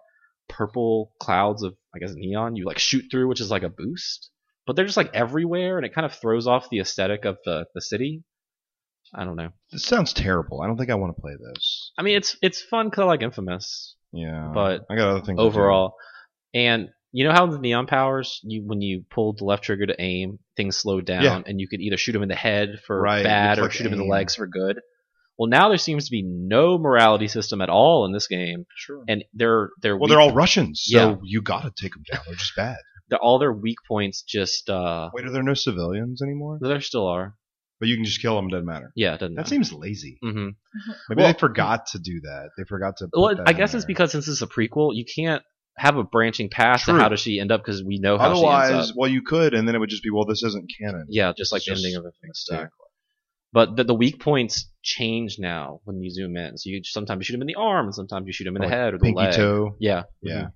purple clouds of I guess neon you like shoot through, which is like a boost. But they're just like everywhere, and it kind of throws off the aesthetic of the the city. I don't know.
This sounds terrible. I don't think I want to play this.
I mean, it's it's fun because I like Infamous
Yeah,
But
I got other things. to do.
overall, and you know how the neon powers, you when you pulled the left trigger to aim, things slowed down,
Yeah.
and you could either shoot him in the head for
Right,
bad
it's
or
like
shoot him in the
aim.
legs for good. Well, now there seems to be no morality system at all in this game,
sure.
and they're they're
Well,
weak-
they're all Russians, so
Yeah.
you got to take them down. They're just bad.
they're- all their weak points just uh
Wait, are there no civilians anymore?
there still are.
But you can just kill them. Doesn't matter.
Yeah, it doesn't
That
matter.
seems lazy.
hmm
Maybe
Well-
they forgot to do that. They forgot to. put
Well,
that
I
in
guess it's
there.
because since this is a prequel, you can't have a branching path to
True.
how does she end up because we know how she ends
otherwise,
up.
well, you could, and then it would just be, well, this isn't canon.
uh, Yeah, just like
It's
the
just-
ending of Infamous Two.
Exactly.
But the, the weak points change now when you zoom in. So you sometimes you shoot him in the arm, and sometimes you shoot him in the
Or like
head or the
Pinky
leg. Mm-hmm.
toe.
Yeah,
Yeah.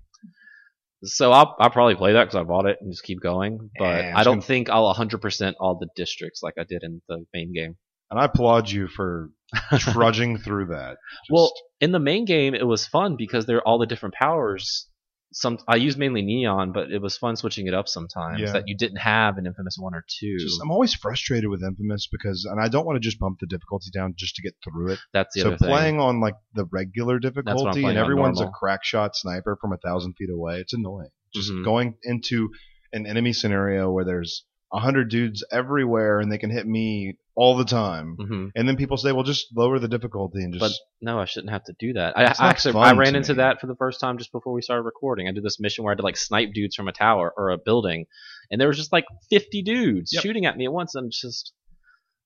So I'll I'll probably play that because I bought it and just keep going. But
Yeah, I'm
I
just
don't
gonna-
think I'll 100% all the districts like I did in the main game.
And I applaud you for trudging through that. Just-
Well, in the main game, it was fun because there are all the different powers. Some I used mainly neon, but it was fun switching it up sometimes
Yeah.
that you didn't have in Infamous One or Two.
just- I'm always frustrated with Infamous because, and I don't want to just bump the difficulty down just to get through it.
That's the
so
other
playing
thing.
on like the regular difficulty,
playing
and
on
everyone's a
normal.
crack shot sniper from a thousand feet away. It's annoying. Just
Mhm.
going into an enemy scenario where there's a hundred dudes everywhere and they can hit me all the time.
hmm
And then people say, well, just lower the difficulty and just.
But no, I shouldn't have to do that. I,
It's
I
not
actually
fun
I ran
to
into
me.
that for the first time just before we started recording. I did this mission where I had to like snipe dudes from a tower or a building, and there was just like 50 dudes
Yep.
shooting at me at once. And it's just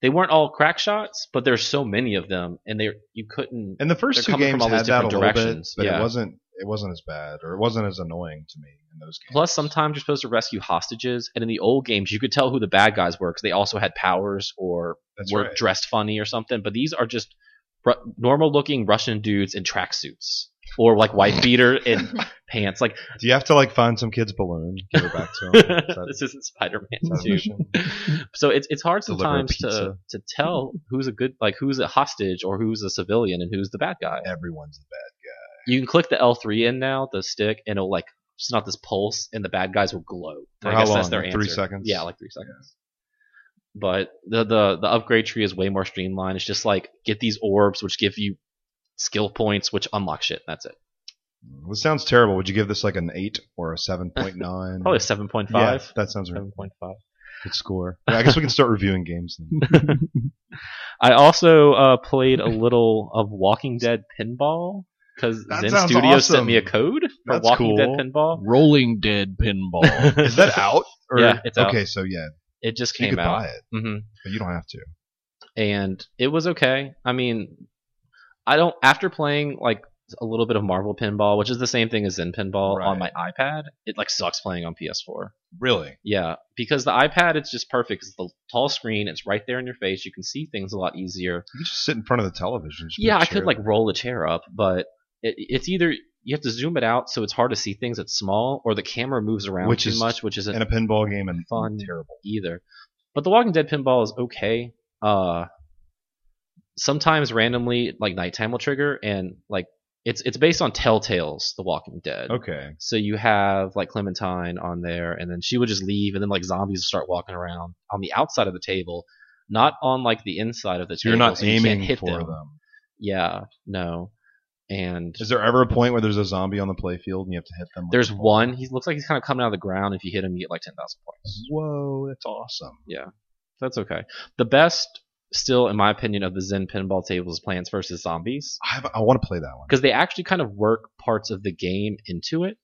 they weren't all crack shots, but there's so many of them, and they you couldn't.
And the
They're
first two
coming from
games
all these
had that a
different
little bit,
directions,
but
yeah.
it wasn't it wasn't as bad or it wasn't as annoying to me in those games.
Plus, sometimes you're supposed to rescue hostages, and in the old games, you could tell who the bad guys were because they also had powers or
That's
were
right.
dressed funny or something. But these are just ru- normal-looking Russian dudes in tracksuits or like white beater and pants. Like
Do you have to like find some kid's balloon, give it back to him? Is that-
this isn't Spider-Man
That's
2. So it's it's hard
Deliver
sometimes to
pizza.
to tell who's a good like who's a hostage or who's a civilian and who's the bad guy.
Everyone's a bad guy.
You can click the L3 in now, the stick, and it'll like send out this pulse, and the bad guys will glow.
For
And I
how
guess that's
long?
their
Like
answer.
three seconds?
Yeah, like three seconds. But the, the the upgrade tree is way more streamlined. It's just like get these orbs, which give you skill points, which unlock shit. That's it.
Well, This sounds terrible. Would you give this like an eight or a seven point nine?
Probably a seven point
Mm. Yeah,
five.
that sounds right.
Seven point five.
Good score. Yeah, I guess we can start reviewing games. Then.
I also uh, played a little of Walking Dead pinball because
That
Zen
sounds
Studio sent
awesome.
me a code for
That's
Walking Dead
cool.
pinball.
Rolling Dead pinball.
Is that out? Or,
Yeah, it's out.
Okay, so yeah,
It just
you
came
could
out,
buy it,
hmm
but you don't have to.
and it was okay. I mean, I don't. After playing like a little bit of Marvel pinball, which is the same thing as Zen pinball on my
Right.
iPad, it like sucks playing on PS4.
Really?
Yeah, because the iPad it's just perfect. It's the tall screen. It's right there in your face. You can see things a lot easier.
You could just sit in front of the television. just
Yeah,
be
I
sure.
could like roll the chair up, but it, it's either you have to zoom it out so it's hard to see things that's small, or the camera moves around
Which
too
is-
much, which isn't
in a pinball game and
fun
terrible.
either. But The Walking Dead pinball is okay. Uh, sometimes randomly, like nighttime will trigger, and like it's it's based on Telltale's The Walking Dead.
Okay.
So you have like Clementine on there, and then she would just leave, and then like zombies would start walking around on the outside of the table, not on like the inside of the
So
table.
you're not
so you can't
aiming
hit
for
them.
them.
Yeah, no. And
Is there ever a point where there's a zombie on the playfield and you have to hit them? with
there's
a ball?
one. He looks like he's kind of coming out of the ground. If you hit him, you get like 10,000 points.
Whoa, that's awesome.
That's okay. The best, still, in my opinion, of the Zen pinball tables is Plants vs. Zombies.
I, have- I want to play that one.
Because they actually kind of work parts of the game into it,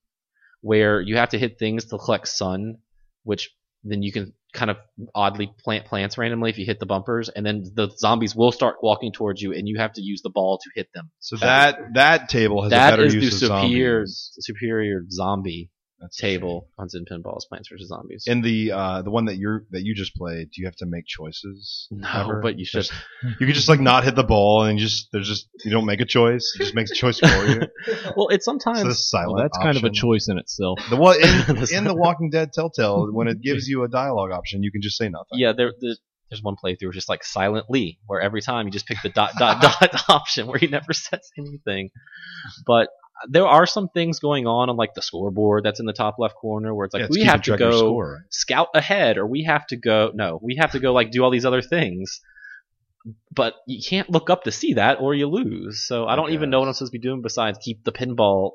where you have to hit things to collect sun, which then you can kind of oddly plant plants randomly if you hit the bumpers, and then the zombies will start walking towards you, and you have to use the ball to hit them.
So that that table has a
That
better
is the
use of
superior,
zombies.
superior zombie
That's a shame.
table on Zen Pinballs Plants vs Zombies.
In the uh, the one that you're that you just played, do you have to make choices?
no,
Ever?
but you should.
You could just like not hit the ball and you just there's just you don't make a choice. It just makes a choice for you.
Well, it's
So
sometimes
this is silent.
well, that's kind of a
option.
choice in itself.
The one
That's-
in, in the Walking Dead Telltale, when it gives you a dialogue option, you can just say nothing.
yeah. There, there- there's one playthrough just like silently, where every time you just pick the dot dot dot option, where he never says anything. But there are some things going on on like the scoreboard that's in the top left corner where it's like
Yeah, it's
we
keeping
have to
track of your
go
score, right?
scout ahead or we have to go no we have to go like do all these other things but you can't look up to see that or you lose so i don't even know what i'm supposed to be doing besides keep the pinball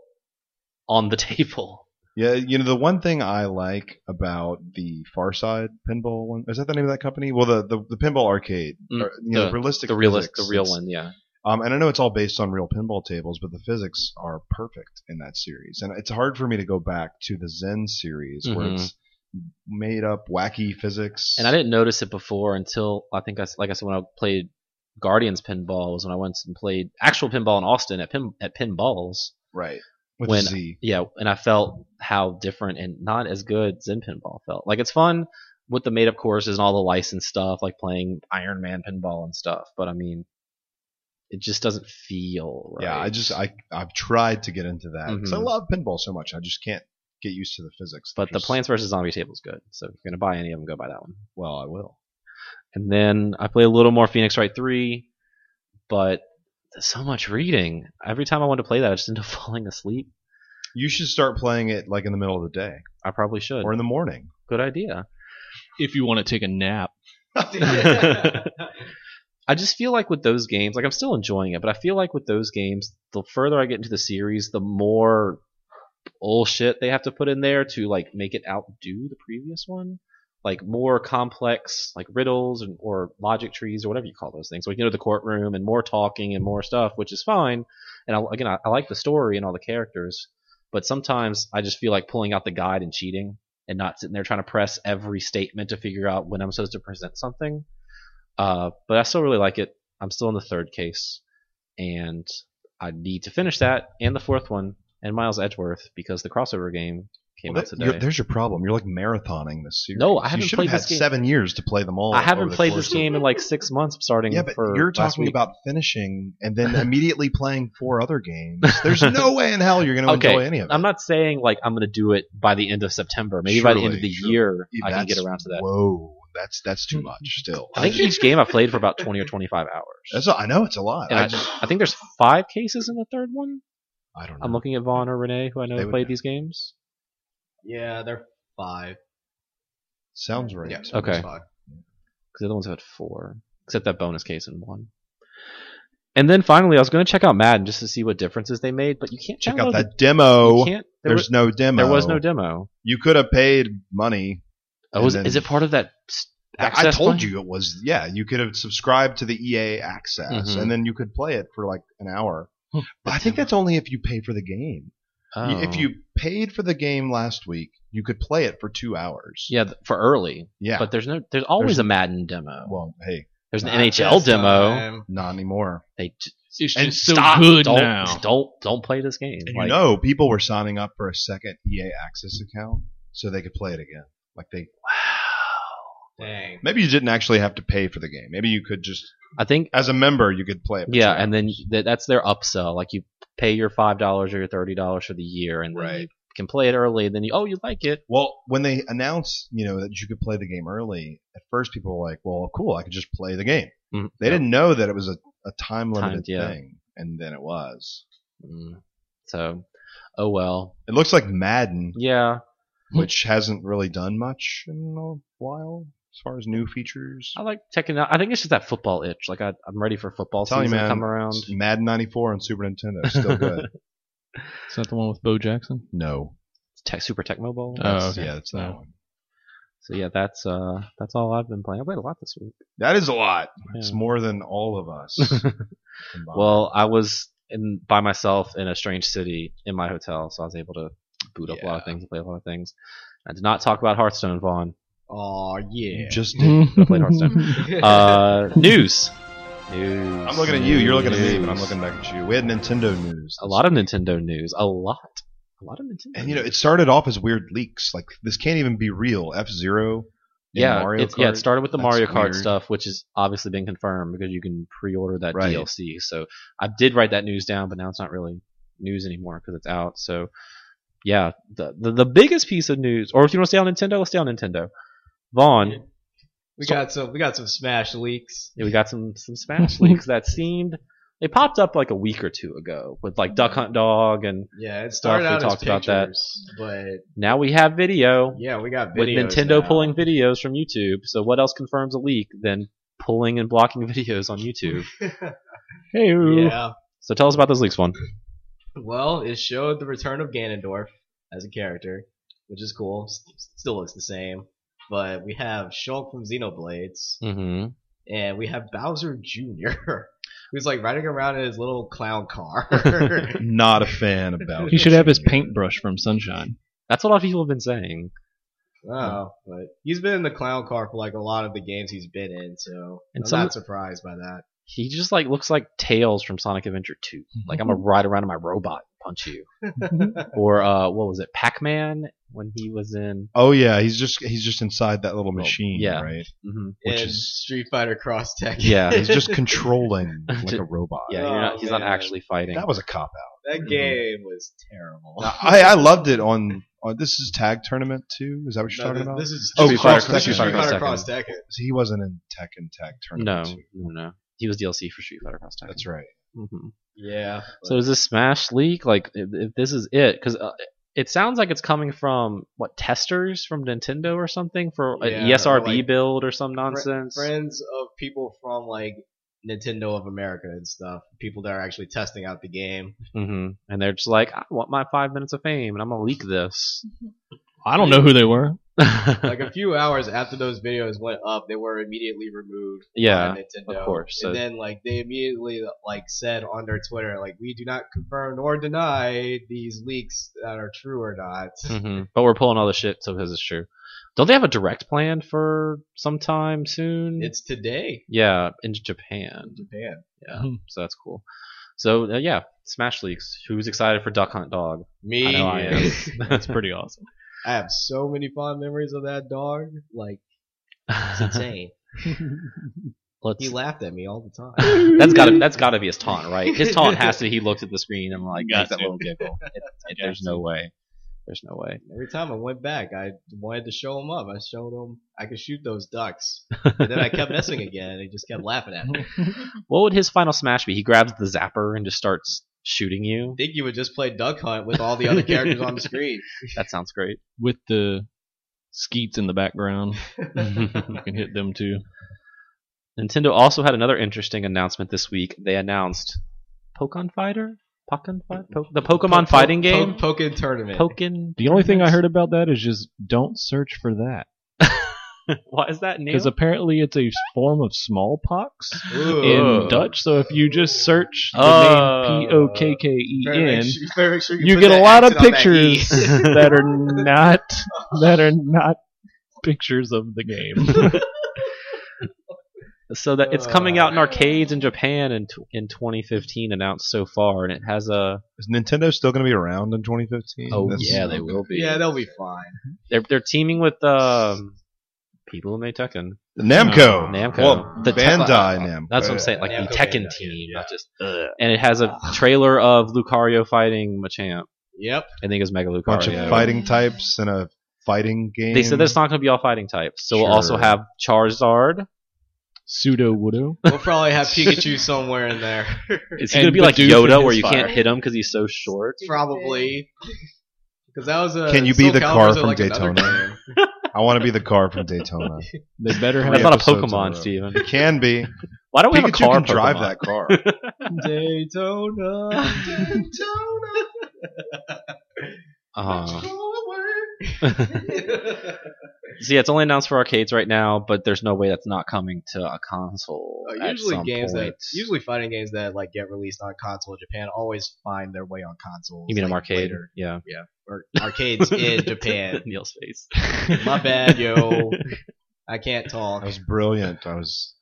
on the table
Yeah, you know the one thing I like about the Farside pinball one is that the name of that company? Well, the the, the pinball arcade,
Mm,
or, you know,
the-
realistic,
the realist
physics
the real
is-
one yeah
Um, and I know it's all based on real pinball tables, but the physics are perfect in that series, and it's hard for me to go back to the Zen series where
Mhm.
it's made up wacky physics.
and i didn't notice it before until i think i s- like i said when i played guardians pinball was when i went and played actual pinball in austin at pin at pinballs
right with
when-
a Z.
yeah, and I felt how different and not as good Zen pinball felt. Like it's fun with the made up courses and all the licensed stuff, like playing Iron Man pinball and stuff. But I mean, it just doesn't feel right.
Yeah, I just I I've tried to get into that 'cause I
Mhm.
love pinball so much. I just can't get used to the physics.
But the
Just-
Plants vs Zombie table is good, so if you're gonna buy any of them, go buy that one.
Well, I will.
And then I play a little more Phoenix Wright three, but there's so much reading. Every time I wanted to play that, I just ended up falling asleep.
You should start playing it like in the middle of the day
I probably should.
or in the morning.
good idea.
if you want to take a nap.
I just feel like with those games, like I'm still enjoying it, but I feel like with those games, the further I get into the series, the more bullshit they have to put in there to like make it outdo the previous one. Like more complex, like riddles and or logic trees or whatever you call those things. Like you know the courtroom and more talking and more stuff, which is fine. And I, again, I, I like the story and all the characters, but sometimes I just feel like pulling out the guide and cheating and not sitting there trying to press every statement to figure out when I'm supposed to present something. Uh, but I still really like it. I'm still in the third case, and I need to finish that and the fourth one and Miles Edgeworth because the crossover game came
Well,
out
that- you're-
today.
there's your problem. You're like marathoning this series.
No, I
you
haven't
should
played
have had
this game.
seven years to play them all.
I
over
haven't
the
played
course
this
of-
game in like six months, starting
Yeah, but
for
you're
last
talking
week.
about finishing and then immediately playing four other games. There's no way in hell you're going to
Okay,
enjoy any of it.
I'm not saying like I'm gonna do it by the end of September. Maybe by the end of
Surely,
the
surely.
year,
Yeah,
I can
that's-
get around to that. Mm-hmm.
Whoa, that's that's too much. Still,
I think each game I played for about 20 or 25 hours.
that's a, I know it's a lot.
and
I,
I,
just
I think there's five cases in the third one.
I don't know.
I'm looking at Vaughn or Renee, who I know
They would
played
know.
these games.
yeah, they're five.
Sounds right.
Yeah,
Okay.
five.
because the other ones had four, except that bonus case in one. And then finally, I was going to check out Madden just to see what differences they made, but you can't
Check
download
out
the-
that
you
demo.
can't. There,
There's
was,
no demo.
there was no demo.
You could have paid money.
Oh,
and
was,
then-
is it part of that? s-
I
access
told
plan?
you it was. Yeah, you could have subscribed to the EA Access,
Mhm.
and then you could play it for like an hour.
Hmm,
But I think that's only if you pay for the game.
Oh.
If you paid for the game last week, you could play it for two hours.
yeah th- for early,
yeah.
but there's no. There's always
There's-
a Madden demo.
well, hey,
There's an
Not
NHL
this
demo.
time.
not anymore.
They t-
It's
And
just so
stop,
good
don't,
now.
Don't don't play this game.
And
Like,
you know, people were signing up for a second EA Access account so they could play it again. Like they
Dang.
maybe you didn't actually have to pay for the game. Maybe you could just
I think
as a member you could play it. for
yeah,
two
and then
hours.
th- that's their upsell. Like you pay your five dollars or your thirty dollars for the year, and then
Right.
you can play it early. And then you oh you like it.
Well, when they announced, you know, that you could play the game early, at first people were like, "Well, cool, I could just play the game."
Mm,
Mm-hmm. They didn't know that it was a, a time limited
Timed, yeah.
thing, and then it was.
Mm. So, oh well.
It looks like Madden,
Yeah,
which hasn't really done much in a while as far as new features.
I like checking out. I think it's just that football itch. Like I, I'm ready for football
I'm telling you,
season to
man,
come around.
it's Madden '94 on Super Nintendo still good.
Is that the one with Bo Jackson?
no,
Tech, Super Tecmo Bowl.
Oh,
That's-
okay.
yeah, that's that
Yeah.
one.
so yeah, that's uh, that's all I've been playing. I played a lot this week.
That is a lot. It's
Yeah.
more than all of us. combined.
Well, I was in by myself in a strange city in my hotel, so I was able to boot up a lot of things and play a lot of things. I did not talk about Hearthstone, Vaughn.
Oh
you
yeah.
just did.
I played Hearthstone. Uh, news. News.
I'm looking at you. You're looking at me,
News.
but I'm looking back at you. We had Nintendo news.
A lot of Nintendo news. A lot. A lot of Nintendo.
And you know,
news.
it started off as weird leaks. Like this can't even be real. F Zero.
yeah,
Mario
it's, yeah. It
Kart?
started with the
That's
Mario Kart
weird.
stuff, which has obviously been confirmed because you can pre-order that
Right.
DLC. So I did write that news down, but now it's not really news anymore because it's out. So yeah, the, the the biggest piece of news, or if you want to stay on Nintendo, let's stay on Nintendo. Vaughn,
Yeah. we got some. We got some Smash leaks.
yeah, we got some some Smash leaks that seemed They popped up like a week or two ago with like Duck Hunt Dog, and
Yeah, it
Stuff,
started
we
out as
talked about that.
pictures, but
now we have video
yeah, we got videos
with Nintendo
now.
pulling videos from YouTube. So what else confirms a leak than pulling and blocking videos on YouTube?
Hey,
yeah.
so tell us about those leaks, one.
Well, it showed the return of Ganondorf as a character, which is cool. S- still looks the same, but we have Shulk from Xenoblades,
Mm-hmm.
and we have Bowser Jr., who's like riding around in his little clown car.
Not a fan about.
he should have his paintbrush from Sunshine.
That's what a lot of people have been saying.
Oh, but he's been in the clown car for like a lot of the games he's been in, so
And
I'm
some-
not surprised by that.
He just like looks like Tails from Sonic Adventure 2. Like I'm gonna ride around in my robot and punch you.
Mm-hmm.
or uh, what was it, Pac-Man when he was in?
Oh yeah, he's just he's just inside that little machine,
yeah.
right?
Mhm.
Which
in
is-
Street Fighter Cross Tekken.
Yeah,
He's just controlling like a robot.
Yeah, you're not, he's not
man.
actually fighting.
Oh, That was a cop
that game was terrible.
out. I, I loved it on, on this is tag tournament too. Is that what you're
No,
talking
this,
about?
this is
Oh,
Street
Cross
Fighter-
Tekken.
Street
Sorry,
Fighter
Cross
Cross Tekken.
he wasn't in Tekken tag
no,
tournament.
no,
two.
no. He was DLC for Street Fighter Cross Tekken.
that's right.
hmm
Yeah.
So is this Smash leak like if, if this is it? Because uh, it sounds like it's coming from what testers from Nintendo or something for uh, E
Yeah,
an ESRB
like-
build or some nonsense.
friends of people from like Nintendo of America and stuff. People that are actually testing out the game.
hmm And they're just like, I want my five minutes of fame, and I'm gonna leak this.
I don't know who they were.
Like a few hours after those videos went up, they were immediately removed.
yeah,
by Nintendo.
of course, so-
And then like they immediately like said on their Twitter like we do not confirm nor deny these leaks that are true or not.
Mhm. but we're pulling all the shit so because it's true. Don't they have a direct plan for sometime soon?
It's today,
yeah, in Japan.
Japan.
Yeah, so that's cool. So uh, yeah, Smash leaks. Who's excited for Duck Hunt Dog?
Me,
I know I am.
That's pretty awesome.
I have so many fond memories of that dog. Like it's insane.
Let's
he laughed at me all the time.
That's got to that's got to be his taunt, right? His taunt has to. He looked at the screen and like got
Got
that
to.
little giggle. It, it- there's no way. There's no way.
Every time I went back, I wanted to show him up. I showed him I could shoot those ducks. And then I kept messing again, and he just kept laughing at me. I
What would his final smash be? He grabs the zapper and just starts shooting you.
think you would just play Duck Hunt with all the other characters on the screen.
That sounds great.
With the skeets in the background, you can hit them too.
Nintendo also had another interesting announcement this week. They announced Pokemon Fighter, Pokemon Fight, po- the Pokemon
Po-
fighting
po-
game,
po- Pokken tournament.
Pokemon.
The only thing I heard about that is just don't search for that
Why is that new?
because apparently it's a form of smallpox
Ooh.
in Dutch. So if you just search the
Oh.
name P O K K E
Better make
N,
sure- better make sure
you
put
get a
that
lot of
accent on that E.
pictures that are not that are not pictures of the game.
so that it's coming out in arcades in Japan in tw- in 2015 announced so far, and it has a
Is Nintendo still going to be around in 2015?
Oh,
That's-
will be
yeah, they'll be fine.
They're they're teaming with um, people who made Tekken.
Namco.
Namco.
Well,
The Te- uh,
Bandai Namco.
That's what I'm saying, like
Namco
the Tekken
Bandai,
team,
yeah.
not just. And it has a trailer of Lucario fighting Machamp.
Yep.
I think it's Mega Lucario.
bunch of fighting types and a fighting game.
They said that's not going to be all fighting types. So we'll also
Sure.
have Charizard.
Pseudo Wudo.
We'll probably have Pikachu somewhere in there.
Is he going
And
to be like
Bidoof
Yoda,
in
where
his
you can't
fire.
hit him because he's so short?
probably. Because that was a.
Can you be
Soul
the
Calibur
car
was,
from
like, another
Daytona?
game.
I want to be the car from Daytona.
They better have
That's not a
episodes in a
Pokemon,
row.
Steven.
It can be.
Why don't we have a
Pikachu
car?
can drive
Pokemon?
that car.
Daytona. Daytona.
Uh, so yeah, it's only announced for arcades right now, but there's no way that's not coming to a console.
Uh,
at
usually
some
games
point.
that usually fighting games that like get released on console in Japan always find their way on consoles.
you mean an
like,
arcade?
later.
Yeah,
or arcades in Japan.
Neil's face.
My bad, yo. I can't talk.
That was brilliant. I was.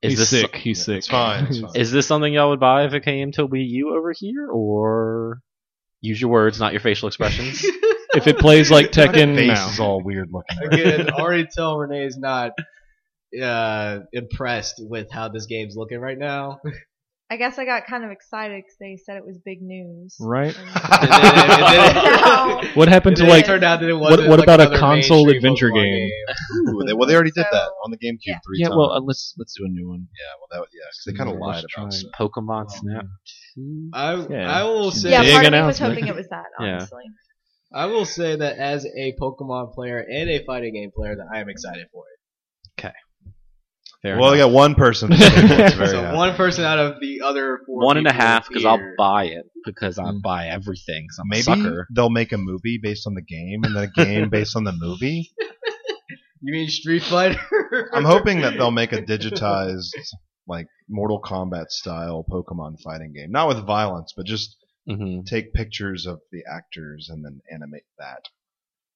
Is
He's
this
sick. He's sick.
It's fine. It's fine.
is this something y'all would buy if it came to Wii U over here, or use your words, not your facial expressions?
if it plays like
My
Tekken
face
now.
is all weird looking.
I can already tell Renee's not uh, impressed with how this game's looking right now.
I guess I got kind of excited because they said it was big news.
right?
And-
And then- and then-
No.
What happened to
And then it
like?
turned out that it
what-
wasn't
what
like
about a
another
console
mainstream
adventure
Pokemon
game?
Ooh, they, well, they already did
So-
that on the GameCube
Yeah.
three
Yeah,
times.
well, uh, let's let's do a new one.
yeah, well, that, was- yeah, 'cause they kind of
Let's
lied
try
about
it.
it.
Pokemon Snap
hmm.
2.
I
Yeah.
I will say
Yeah,
Big
part of me was
announcement.
hoping it was that,
Yeah.
honestly.
I will say that as a Pokemon player and a fighting game player, that I am excited for it.
Fair
well,
enough.
yeah, one person. It's very
so
happy.
one person out of the other four
One and a
people
half because I'll
here- Hmm.
buy it because I buy everything. 'cause I'm
Maybe
a sucker.
they'll make a movie based on the game, and then a game based on the movie.
You mean Street Fighter?
I'm hoping that they'll make a digitized, like Mortal Kombat style Pokemon fighting game, not with violence, but just
Mm-hmm.
take pictures of the actors and then animate that.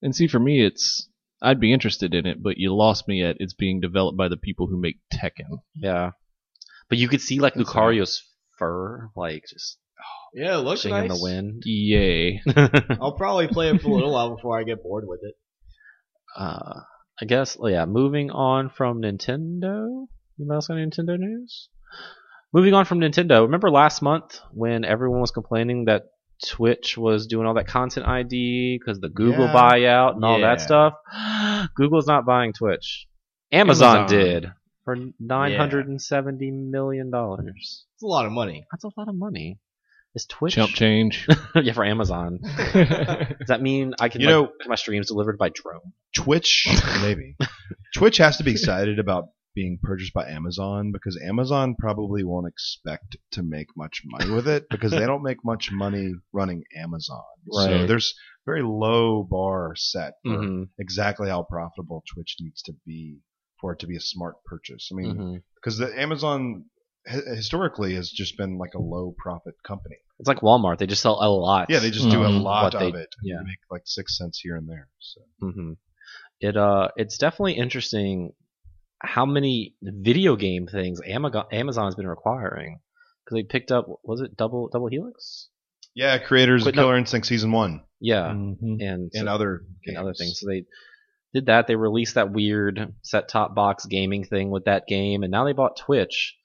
And see, for me, it's I'd be interested in it, but you lost me at it's being developed by the people who make Tekken.
Yeah, but you could see like
That's
Lucario's fur, like just
Yeah, it looks
pushing
nice.
in the wind.
Yay!
I'll probably play it for a little while before I get bored with it.
uh, I guess, oh, yeah, moving on from Nintendo. Anybody else got any Nintendo news? Moving on from Nintendo, remember last month when everyone was complaining that Twitch was doing all that content ID because the Google
Yeah.
buyout and all that
Yeah.
stuff? Google's not buying Twitch. Amazon,
Amazon.
did for nine hundred and seventy million dollars.
It's a lot of money.
That's a lot of money. Is Twitch?
Chump change.
yeah, for Amazon. Does that mean I can
You
like,
know-
get my streams delivered by drone?
Twitch, maybe. Twitch has to be excited about being purchased by Amazon because Amazon probably won't expect to make much money with it because they don't make much money running Amazon. So
Right.
there's very low bar set for
Mhm,
exactly how profitable Twitch needs to be for it to be a smart purchase. I mean,
mhm.
because the Amazon hi- historically has just been like a low profit company.
It's like Walmart. They just sell a lot.
Yeah, they just do a
Mhm.
lot
Mm-hmm. What they-
of it. and
yeah.
make like six cents here and there. So
hmm It uh, it's definitely interesting how many video game things Amazon Amazon has been requiring because they picked up was it double double Helix?
yeah, creators
But
of
no-
Killer Instinct season one Mm-hmm.
Yeah,
Mhm.
and so-
and other
and
games.
other things. So they did that. They released that weird set top box gaming thing with that game, and now they bought Twitch.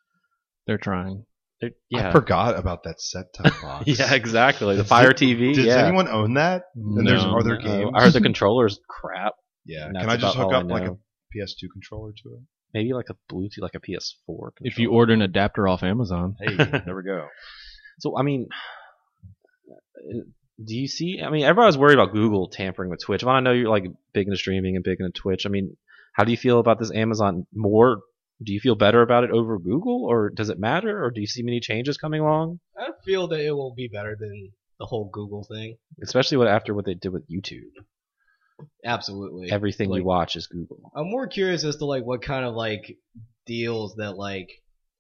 They're trying.
They're-
I
yeah,
forgot about about that set top box.
yeah, exactly. The
Does
Fire
it-
TV.
Does
yeah.
anyone own that? And there's
No.
other
Uh,
games.
I heard the controllers crap.
yeah.
and
Can
that's
I just
about
hook
all I
up like a
know.
PS2 controller to it?
Maybe like a Bluetooth, like a PS4.
If you
controller.
order an adapter off Amazon,
Hey, there we go.
so, I mean, do you see? I mean, everybody's worried about Google tampering with Twitch. I know you're like big into streaming and big into Twitch. I mean, how do you feel about this Amazon more? Do you feel better about it over Google, or does it matter, or do you see many changes coming along?
I feel that it will be better than the whole Google thing.
Especially what after what they did with YouTube,
Absolutely.
everything
Like-
you watch is Google.
I'm more curious as to like what kind of like deals that like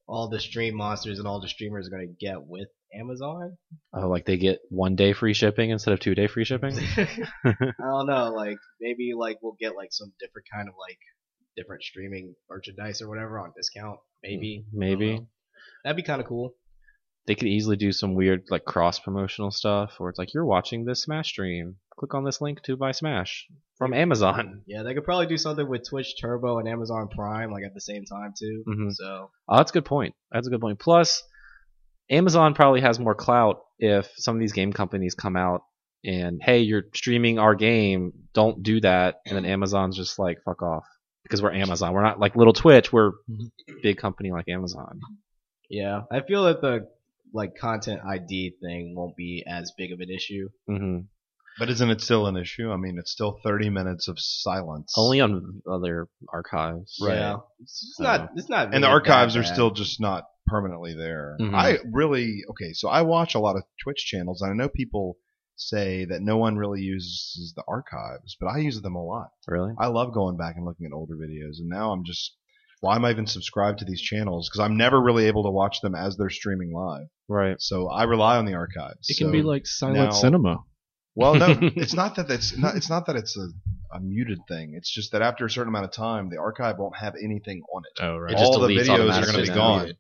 all the stream monsters and all the streamers are gonna get with Amazon.
Oh, like they get one day free shipping instead of two day free shipping.
I don't know, like maybe like we'll get like some different kind of like different streaming merchandise or whatever on discount. Maybe. I
Hmm. Maybe.
don't know. That'd be kinda cool.
they could easily do some weird like cross promotional stuff where it's like you're watching this smash stream click on this link to buy smash from amazon
Yeah, they could probably do something with Twitch Turbo and Amazon Prime like at the same time too.
Mhm.
So
oh that's a good point that's a good point plus amazon probably has more clout if some of these game companies come out and hey you're streaming our game don't do that and then amazon's just like fuck off because we're amazon we're not like little twitch we're a big company like amazon
yeah. I feel that the like content ID thing won't be as big of an issue.
hmm
But isn't it still an issue? I mean, it's still 30 minutes of silence.
only on other archives
Right.
Yeah. It's not it's not
and the
really
archives
that
are
bad.
still just not permanently there.
Mhm.
I really okay, so I watch a lot of Twitch channels and I know people say that no one really uses the archives, but I use them a lot.
really
I love going back and looking at older videos and now I'm just why am I even subscribed to these channels cuz I'm never really able to watch them as they're streaming live.
right
So I rely on the archives.
it can
So-
be like silent
now-
cinema.
well, no, it's not that it's not it's not that it's a, a muted thing. It's just that after a certain amount of time, the archive won't have anything on it.
Oh right.
It just
all the
deletes
videos are going
automatically
to be
now.
gone.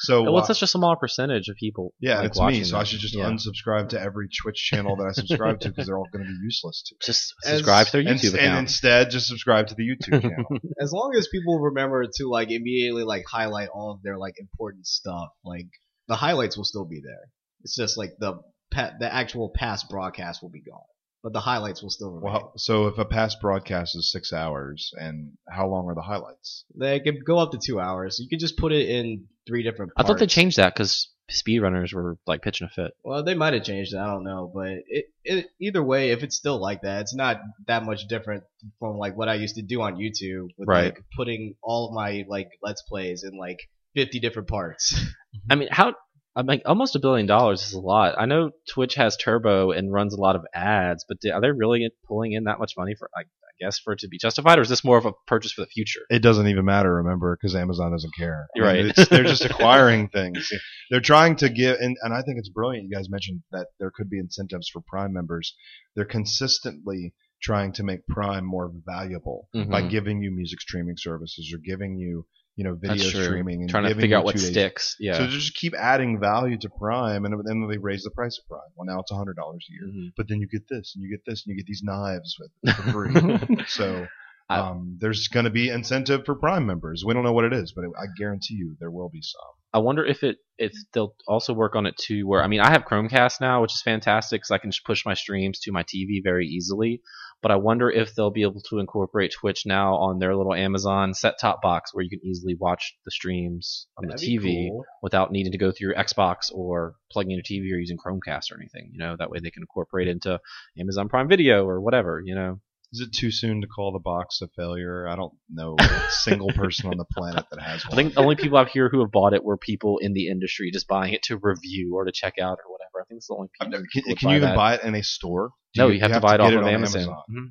So
well
why-
it's such a small percentage of people
Yeah,
like,
it's me,
watching
so I
that.
should just
Yeah.
unsubscribe to every Twitch channel that I subscribe to because they're all going to be useless to. me.
just
As-
subscribe to their
And,
YouTube
and
account.
instead, just subscribe to the YouTube channel.
as long as people remember to like immediately like highlight all of their like important stuff, like the highlights will still be there. It's just like the pa- the actual past broadcast will be gone, but the highlights will still remain.
Well, so if a past broadcast is six hours, and how long are the highlights?
They could go up to two hours. You could just put it in three different.
I thought they
parts.
changed that because speedrunners were like pitching a fit.
Well, they might have changed it. I don't know, but it, it either way, if it's still like that, it's not that much different from like what I used to do on YouTube with
Right.
like putting all of my like let's plays in like fifty different parts.
Mm-hmm.
I mean, how? I'm like almost a billion dollars is a lot. I know Twitch has Turbo and runs a lot of ads, but do- are they really pulling in that much money for? I, I guess for it to be justified, or is this more of a purchase for the future?
It doesn't even matter, remember, because Amazon doesn't care. I mean,
Right.
it's- they're just acquiring things. They're trying to give, and, and I think it's brilliant. You guys mentioned that there could be incentives for Prime members. They're consistently trying to make Prime more valuable by
Mhm.
giving you music streaming services or giving you, you know, video
That's true.
streaming and
Trying to
giving
figure
you
out what
two days-
sticks. Yeah.
So just keep adding value to Prime, and then they raise the price of Prime. Well, now it's hundred dollars a year,
Mhm.
but then you get this, and you get this, and you get these knives with for free. so
I-
um, there's going to be incentive for Prime members. We don't know what it is, but I guarantee you there will be some.
I wonder if it if they'll also work on it too. Where I mean, I have Chromecast now, which is fantastic because I can just push my streams to my TV very easily. But I wonder if they'll be able to incorporate Twitch now on their little Amazon set top box where you can easily watch the streams on
That'd
the
be
TV
cool.
without needing to go through your Xbox or plugging in your TV or using Chromecast or anything. You know, that way they can incorporate it into Amazon Prime Video or whatever. You know,
Is it too soon to call the box a failure? I don't know a single person on the planet that has one.
I think the only people out here who have bought it were people in the industry just buying it to review or to check out or whatever. I think it's the only
I've
people.
never- can,
who would
can you even
that.
buy it in a store? Do
No, you, have, to buy it off
get
of
on
Amazon. Mhm.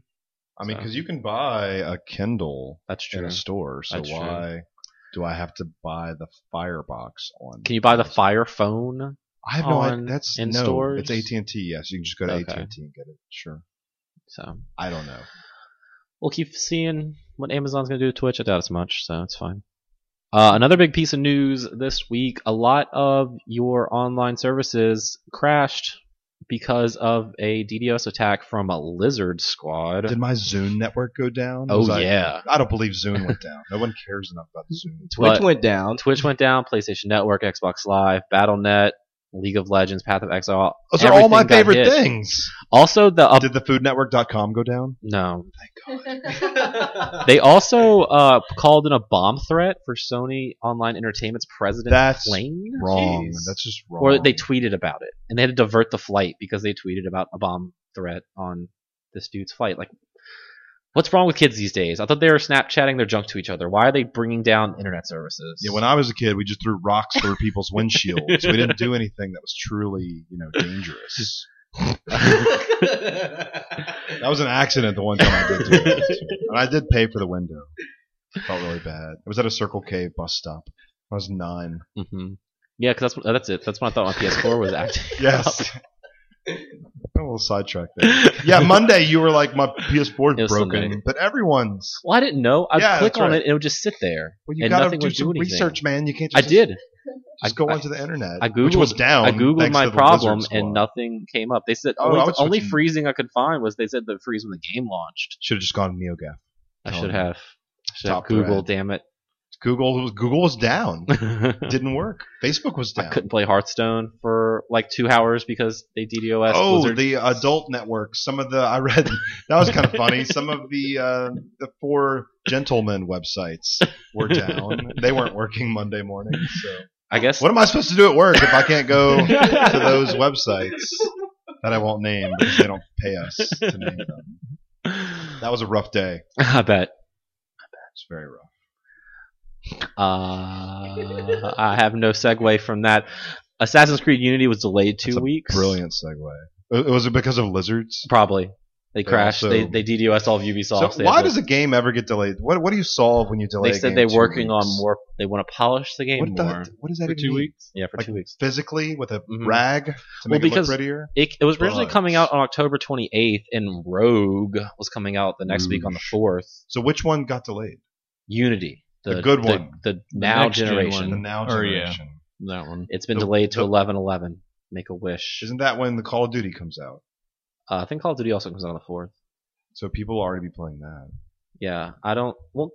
I mean,
So.
because you can buy a Kindle
That's
in
true.
a store, so
That's true.
why do I have to buy the Firebox on?
Can you buy the
Amazon?
Fire phone?
I have no idea.
on-
That's
in
no.
stores?
It's AT and T. Yes, you can just go to
Okay.
AT and T and get it. Sure.
So
I don't know.
we'll keep seeing what Amazon's going to do to Twitch. I doubt it's much, so it's fine. Uh, another big piece of news this week: a lot of your online services crashed because of a DDoS attack from a Lizard Squad.
Did my Zune network go down? Was
oh
I-
yeah,
I don't believe Zune went down. No one cares enough about Zune.
Twitch
But-
went down.
Twitch went down, PlayStation Network, Xbox Live, BattleNet, League of Legends, Path of Exile.
Those are all my
everything got
favorite
hit. Uh,
things.
Also, the up-
Did the foodnetwork.com go down?
no,
They
They also uh, called in a bomb threat for Sony Online Entertainment's president
That's
plane,
Wrong.
Jeez.
That's just wrong.
or they tweeted about it, and they had to divert the flight because they tweeted about a bomb threat on this dude's flight. Like, what's wrong with kids these days? I thought they were Snapchatting their junk to each other. Why are they bringing down internet services?
yeah, when I was a kid, we just threw rocks through people's windshields. We didn't do anything that was truly, you know, dangerous. That was an accident. The one time I did, do it. and I did pay for the window. Felt really bad. It was at a Circle K bus stop. I was nine.
Mhm. Yeah, because that's that's it. That's when I thought my PS4 was acting.
Yes. a little sidetrack there. Yeah, Monday you were like my PS4
It
is
was
broken,
Sunday.
but everyone's.
Well, I didn't know. I'd
Yeah,
click
that's
on
right.
it, and it would just sit there.
Well, you
And
gotta
nothing
do
would do
some
anything.
research, man. You can't.
I
Just,
did. I-
Just go
I-
onto the internet,
I
which was
Googled-
down.
I googled
thanks
my
to the
problem
Blizzard
and nothing came up. They said
Oh, I
only,
was
only
switching.
freezing I could find was they said the freeze when the game launched.
Should have just gone NeoGAF.
I
Oh.
should have. Should have
Top
Google, damn it.
Google was Google was down.
I
Didn't work. Facebook was down.
couldn't play Hearthstone for like two hours because they DDoS
Oh,
Blizzard.
the adult network. Some of the I read that was kind of funny. Some of the uh, the four gentlemen websites were down. they weren't working Monday morning. So
I guess.
what am I supposed to do at work if I can't go to those websites that I won't name because they don't pay us to name them? That was a rough day.
I bet.
It's very rough.
Uh, I have no segue from that. Assassin's Creed Unity was delayed two
That's a
weeks.
Brilliant segue. Uh, Was it because of lizards?
Probably. They
They
crashed. they,
also-
they DDoS all of
So
Ubisoft. They
why
had to-
does a game ever get delayed? What what do you solve when you delay?
they
a
said
game
they're
two
working on
weeks?
more. They want to polish the game
What, the,
more.
what does that
For
even
two
mean?
weeks?
Yeah, for
Like,
two weeks.
physically with a
Mhm.
rag to make
because-
it look prettier.
It, it was originally
Bugs.
coming out on October 28th, and Rogue was coming out the next week on the 4th.
So which one got delayed?
Unity, the,
The good one.
the, now
next gen
generation.
The
one.
now
Or, yeah.
generation.
That one.
It's been
The-
delayed to
the-
11/11. Make a wish.
Isn't that when the Call of Duty comes out?
Uh, I think Call of Duty also comes out on the 4th.
So people will already be playing that.
Yeah, I don't. Well,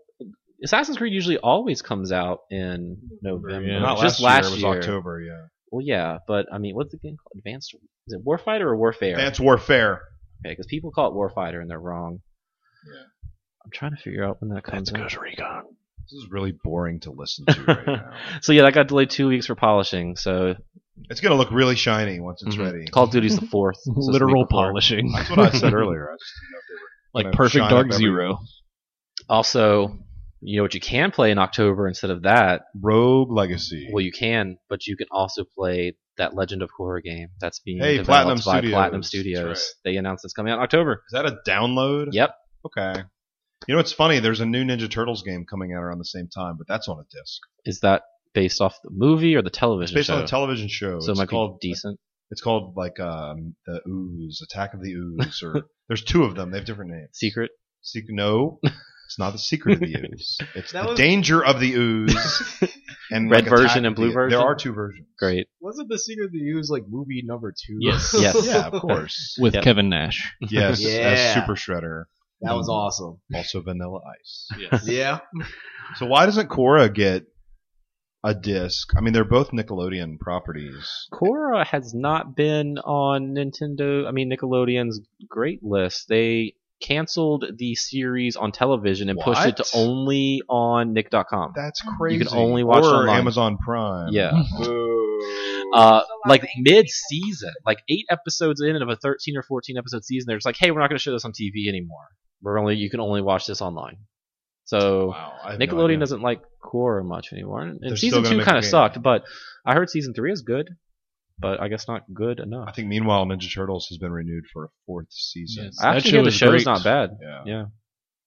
Assassin's Creed usually always comes out in November.
Yeah.
Not
Just
last,
last
year. It was October. Yeah.
Well, yeah, but I mean, what's the game called? Advanced? Is it Warfighter or Warfare?
That's warfare.
Okay, because people call it Warfighter and they're wrong.
Yeah.
I'm trying to figure out when that comes
That's
out.
Ghost Recon.
This is really boring to listen to right now.
So yeah, that got delayed two weeks for polishing. So
It's gonna look really shiny once it's
Mhm.
ready.
Call of Duty's the fourth. so it's the
Literal
week before.
polishing.
That's what I said earlier. I just didn't know if they were
like
gonna
perfect
shine
Dark
up every-
Zero.
Also, you know what you can play in October instead of that?
Rogue Legacy.
Well, you can, but you can also play that Legend of Korra game that's being
Hey,
developed
Platinum
by
Studios.
Platinum
That's
Studios.
right.
They announced it's coming out in October.
Is that a download?
Yep.
Okay. You know, it's funny. There's a new Ninja Turtles game coming out around the same time, but that's on a disc.
Is that based off the movie or the
It's
television
based
show?
on a television show.
so it
it's
might
called
be decent.
It's called like um, the Ooze, Attack of the Ooze, or there's two of them. They have different names.
Secret.
Sec- no, it's not the Secret of the Ooze. It's
That
the
was-
Danger of the Ooze. And
Red
like,
version
Attack
and
of the
blue
Ooze.
version?
There are two versions.
Great.
Wasn't the secret to use like movie number two?
Yes.
Yes.
Yeah, of course.
with
Yep.
Kevin Nash.
Yes, as
Yeah.
Super Shredder, Um,
that was awesome.
also Vanilla Ice.
Yeah,
So why doesn't Korra get a disc? I mean, they're both Nickelodeon properties.
Korra has not been on Nintendo, I mean Nickelodeon's great list. They canceled the series on television and pushed it to
What?
only on nick.com.
That's crazy.
only watch
or
online.
Amazon Prime.
yeah.
uh,
Uh,
It's a lot
like
of angry
mid season, like eight episodes in of a 13 or 14 episode season, they're just like, hey, we're not going to show this on TV anymore. We're only, you can only watch this online. So
Wow. I have no
Nickelodeon
idea.
doesn't like Korra much anymore. And
They're still
season
gonna
two
make
kind
a
of
game.
sucked, but I heard season three is good, but I guess not good enough.
I think meanwhile, Ninja Turtles has been renewed for a fourth season.
Yes.
I
That
actually
show
hear the
is
show's
great.
not bad.
Yeah.
Yeah.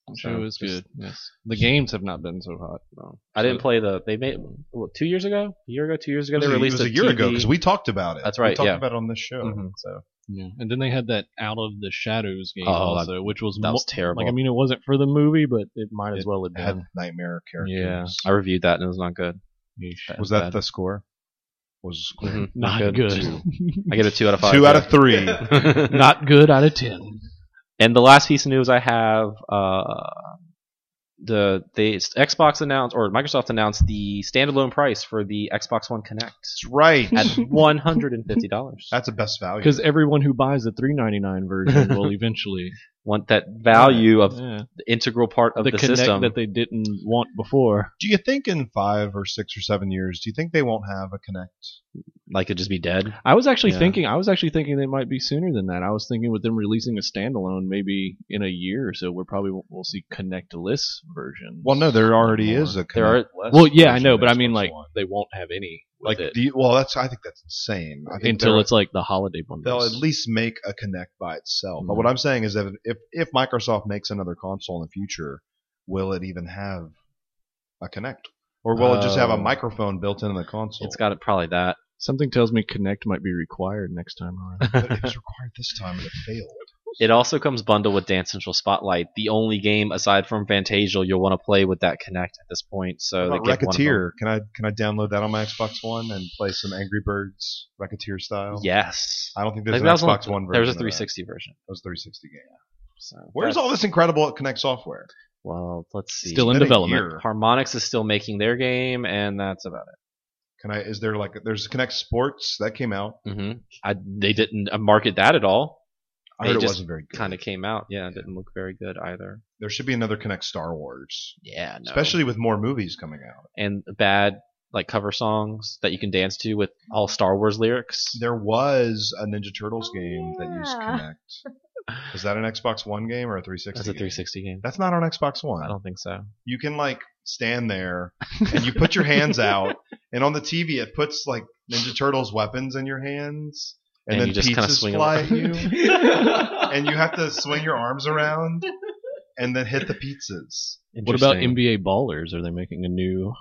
That
So,
show is
just-
good. Yes, the games have not been so hot.
No. I didn't
So-
play the. They made what, two years ago, a year ago, two years ago.
It was
They
a-
released
it was a,
a
year ago
TV
because we talked about it.
That's
We
right,
talked
yeah.
about it on this show.
Mhm.
So
Yeah, and then they had that Out of the Shadows game
Oh, that-
also, which was,
That was
mo-
terrible.
like I mean, it wasn't for the movie, but it might as
It
well have
it had
been.
nightmare
yeah,
characters.
I reviewed that and it was not good.
Yeesh.
That's
was that
bad.
the score? Was the score?
Mhm.
Not
good.
good.
I get a two out of five.
Two out of three.
three.
not good out of ten.
and the last piece of news I have, uh, the they Xbox announced or Microsoft announced the standalone price for the Xbox One Connect
That's right.
at one hundred and fifty dollars.
That's the best value.
Because everyone who buys the three ninety nine version will eventually
want that value of
Yeah.
the integral part of
the,
the,
connect
system.
that they didn't want before.
do you think in five or six or seven years, do you think they won't have a Connect?
like it just be dead.
I was actually
Yeah.
thinking. I was actually thinking they might be sooner than that. I was thinking with them releasing a standalone, maybe in a year or so, we're probably won't- we'll see connectless versions.
Well, no, there already
Or-
is a Connect.
There are
Well, yeah, I know,
version
but I
of
mean,
Xbox
like
One.
they won't have any with
like
it
do you- well, that's I think that's insane. I think
until
they're-
it's like the holiday bundle.
they'll at least make a Connect by itself. But
Mhm.
what I'm saying is that if if Microsoft makes another console in the future, will it even have a Connect, or will it just have a
Oh.
microphone built into the console?
it's got it probably that.
Something tells me Connect might be required next time around.
but it was required this time and it failed.
It also comes bundled with Dance Central Spotlight, the only game aside from Fantasia you'll want to play with that Connect at this point. So
What
they give
about
one of them.
Racketeer, can I can I download that on my Xbox One and play some Angry Birds Racketeer style?
Yes.
I don't think there's
Like, that was
an
on-
Xbox One version.
There's a
of that.
360 version.
That was a 360 game.
So
Where's
that's-
all this incredible Connect software?
Well, let's see.
Still in
Been a
development.
year.
Harmonix is still making their game, and that's about
Can I? Is there like there's Connect Sports that came out?
it. Mm-hmm. I, they didn't uh, market that at all.
I
They
heard it
just
wasn't very good.
Kind of came out. Yeah, it didn't look very good either.
There should be another Connect Star Wars,
Yeah, no.
especially with more movies coming out.
and bad like cover songs that you can dance to with all Star Wars lyrics.
There was a Ninja Turtles
Oh,
game that used
yeah.
Connect. Is that an Xbox One game or a 360?
That's a
game?
360 game.
That's not on Xbox One.
I don't think so.
you can like stand there and you put your hands out, and on the TV it puts like Ninja Turtles weapons in your hands, and,
And
then
you just kinda
pizzas
swing
fly at
them.
you, and you have to swing your arms around and then hit the pizzas.
What about
Interesting.
NBA Ballers? Are they making a new?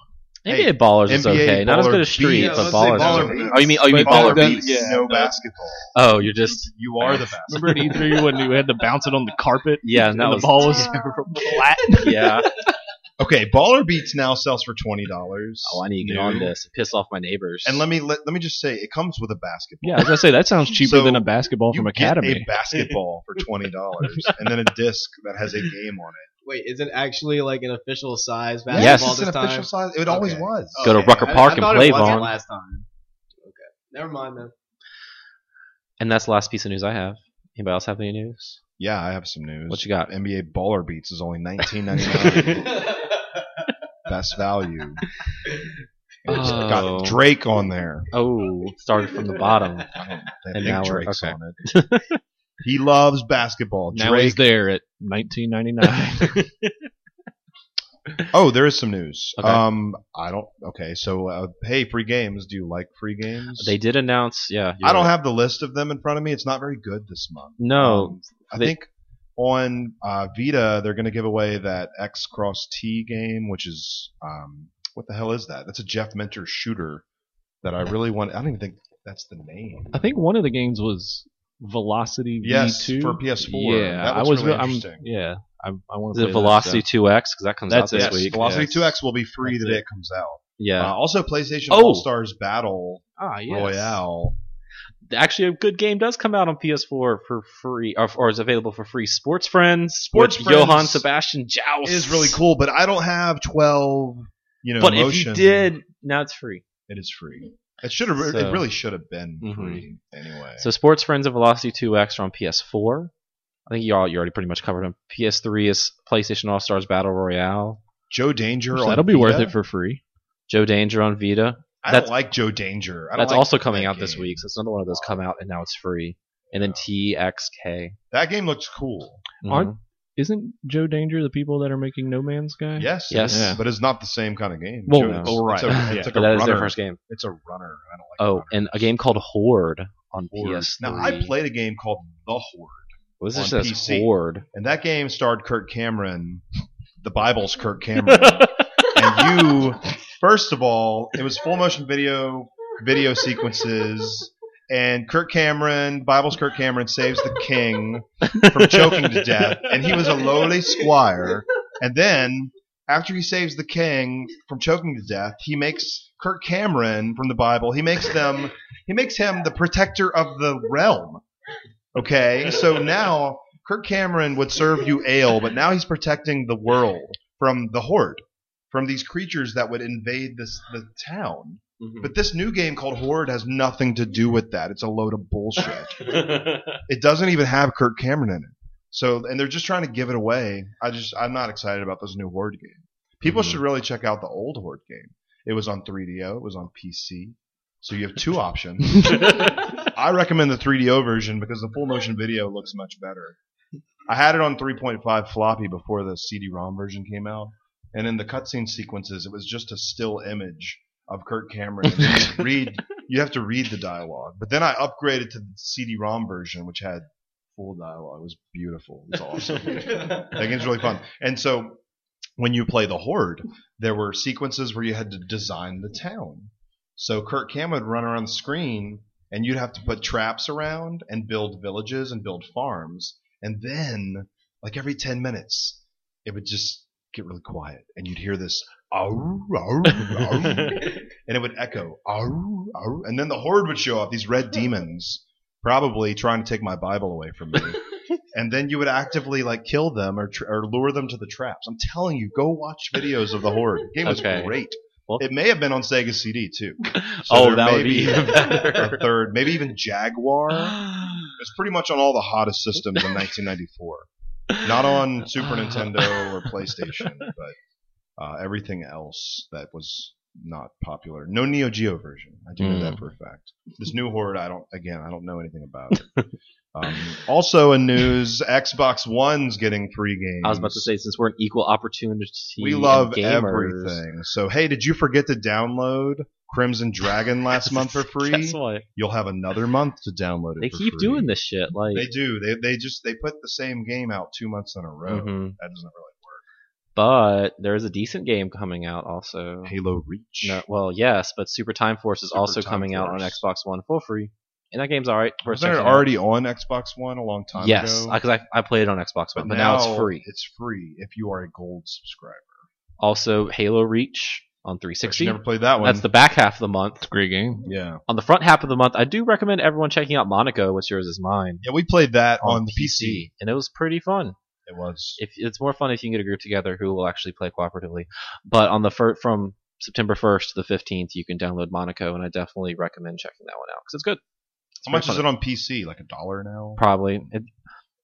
NBA
Hey,
Ballers is
NBA
okay. Not as
Baller
good as Street,
Beats.
but
Yeah,
Ballers.
let's say Baller
is-
Beats.
Oh, you mean oh you mean
But
Baller
that-
Beats?
yeah. No basketball.
Oh, you're just
You are the basketball.
Remember at E3 when you had to bounce it on the carpet?
yeah. and
and
That
the
was
ball was
terrible.
flat.
yeah.
Okay, Baller Beats now sells for twenty dollars.
Oh, I need to get on this and piss off my neighbors.
And let me let, let me just say, it comes with a basketball.
Yeah, I was gonna say that sounds cheaper
So
than a basketball
you
from
get
Academy.
a basketball for twenty dollars, and then a disc that has a game on it.
Wait, is it actually like an official size
Yes.
basketball
it's an
this time?
official size. It always
Okay.
was.
Go to
Okay,
Rucker
I- I
Park and
thought it
play,
wasn't
Vaughn.
Last time. Never mind then.
And that's the last piece of news I have. Anybody else have any news?
Yeah, I have some news.
What you got?
NBA Baller Beats is only nineteen ninety nine. Best value. And it's
Oh.
got Drake on there.
Oh, started from the bottom.
I don't I
And
think
now we're-
Drake's
okay.
on it. he loves basketball.
Now
Drake.
he's there at 1999.
Oh, there is some news.
Okay.
Um, I don't. Okay, so uh, hey, free games. Do you like free games?
They did announce, yeah.
I don't
have.
have the list of them in front of me. It's not very good this month.
No,
Um, I
they-
think on uh, Vita they're going to give away that X Cross T game, which is um, what the hell is that? That's a Jeff Mentor shooter that I really want. I don't even think that's the name.
I think one of the games was Velocity
Yes,
V2
for PS4.
Yeah,
That
I
looks
was.
really
I'm-
interesting.
yeah, I, I want
Is
to.
it Velocity 2X? Because that comes
That's
out this
it.
week.
Velocity
yes.
2X will be free the
That's
day
it.
it comes out.
Yeah.
Uh, also, PlayStation
Oh!
All Stars Battle
Ah, yes.
Royale.
Actually, a good game does come out on PS4 for free, or, or is available for free. Sports Friends,
Sports
with
Friends
Johann Sebastian Joust
is really cool, but I don't have 12. You know,
But
motion.
if you did, now it's free.
it is free. It should have.
So-
it really should have been
Mhm.
free anyway.
So Sports Friends and Velocity 2X are on PS4. I think you all you already pretty much covered them. PS3 is PlayStation All Stars Battle Royale.
Joe Danger.
So
on
that'll be worth
Vita?
it for free.
Joe Danger on Vita.
I
that's-
don't like Joe Danger. I don't
That's
like
also coming
that
out this
game.
week. So it's another one of those come out and now it's free. And then TXK.
That game looks cool.
Aren't- Isn't Joe Danger the people that are making No Man's Sky?
Yes,
Yes.
it's- but it's not the same kind of game.
Well,
Joe, it's-
oh, right.
It's a, it's
Mhm.
like
But
a
that is
runner.
their first game.
It's a runner. I don't like.
Oh,
runner.
and a game called Horde on
Horde.
PS3.
Now I played a game called The Horde,
What is
on
this? Says
PC.
Horde.
and that game starred Kirk Cameron. The Bible's Kirk Cameron, and you. First of all, it was full motion video, video sequences, and Kirk Cameron, Bible's Kirk Cameron, saves the king from choking to death, and he was a lowly squire. And then, after he saves the king from choking to death, he makes Kirk Cameron from the Bible. He makes them. He makes him the protector of the realm. Okay, so now Kirk Cameron would serve you ale, but now he's protecting the world from the horde, from these creatures that would invade this the town. But this new game called Horde has nothing to do with that. It's a load of bullshit. it doesn't even have Kirk Cameron in it. So, and they're just trying to give it away. I just, I'm not excited about this new Horde game. People should really check out the old Horde game. It was on 3DO. It was on PC. So you have two options. I recommend the 3DO version because the full motion video looks much better. I had it on 3.5 floppy before the CD-ROM version came out, and in the cutscene sequences, it was just a still image of Kirk Cameron. You have to read, you have to read the dialogue. But then I upgraded to the CD-ROM version, which had full dialogue. It was beautiful. It was awesome. that game's really fun. And so when you play the Horde, there were sequences where you had to design the town. So Kirk Cameron would run around the screen, and you'd have to put traps around and build villages and build farms. And then, like every 10 minutes, it would just get really quiet, and you'd hear this. "Ow, ow, ow," and it would echo, ow, ow, and then the horde would show up, these red demons, probably trying to take my Bible away from me. and then you would actively like kill them or, tr- or lure them to the traps. I'm telling you, go watch videos of the horde. The game was
Okay.
great.
Well-
it may have been on Sega CD too. So
oh,
there
that
may
would be even
a
better.
third, maybe even Jaguar. It's pretty much on all the hottest systems in 1994. Not on Super Nintendo or PlayStation, but uh, everything else that was not popular. No Neo Geo version. I do
Hmm.
know that for a fact. This new horde, I don't. Again, I don't know anything about it. Um, also in news, Xbox One's getting free games.
I was about to say, since we're an equal opportunity,
we love
gamers,
everything. So hey, did you forget to download Crimson Dragon last month for free?
Guess what?
You'll have another month to download it.
They
for
keep
free.
doing this shit. Like,
They do. They they just they put the same game out two months in a row.
Mhm.
That doesn't really
but there is a decent game coming out also.
work. Halo Reach.
No, well, yes, but Super Time Force is
Super
also
Time
coming out on
Force.
Xbox One for free, and that game's all right. Worth
Wasn't it
checking
already on Xbox One a long
out.
time
Yes,
ago?
because I, I played it on Xbox One, but, now, it's free.
It's free if you are a gold subscriber.
Also, Halo Reach on
But
360.
you never played that one.
That's the back half of the month.
Great game.
yeah.
On the front half of the month, I do recommend everyone checking out Monaco. What's yours is mine
Yeah, we played that on, PC.
and it was pretty fun.
It was.
If it's more fun if you can get a group together who will actually play cooperatively. But on the fir- from September 1st to the 15th, you can download Monaco, and I definitely recommend checking that one out because it's good. It's
How
very
much is
fun.
it on PC? Like a dollar now?
Probably. It,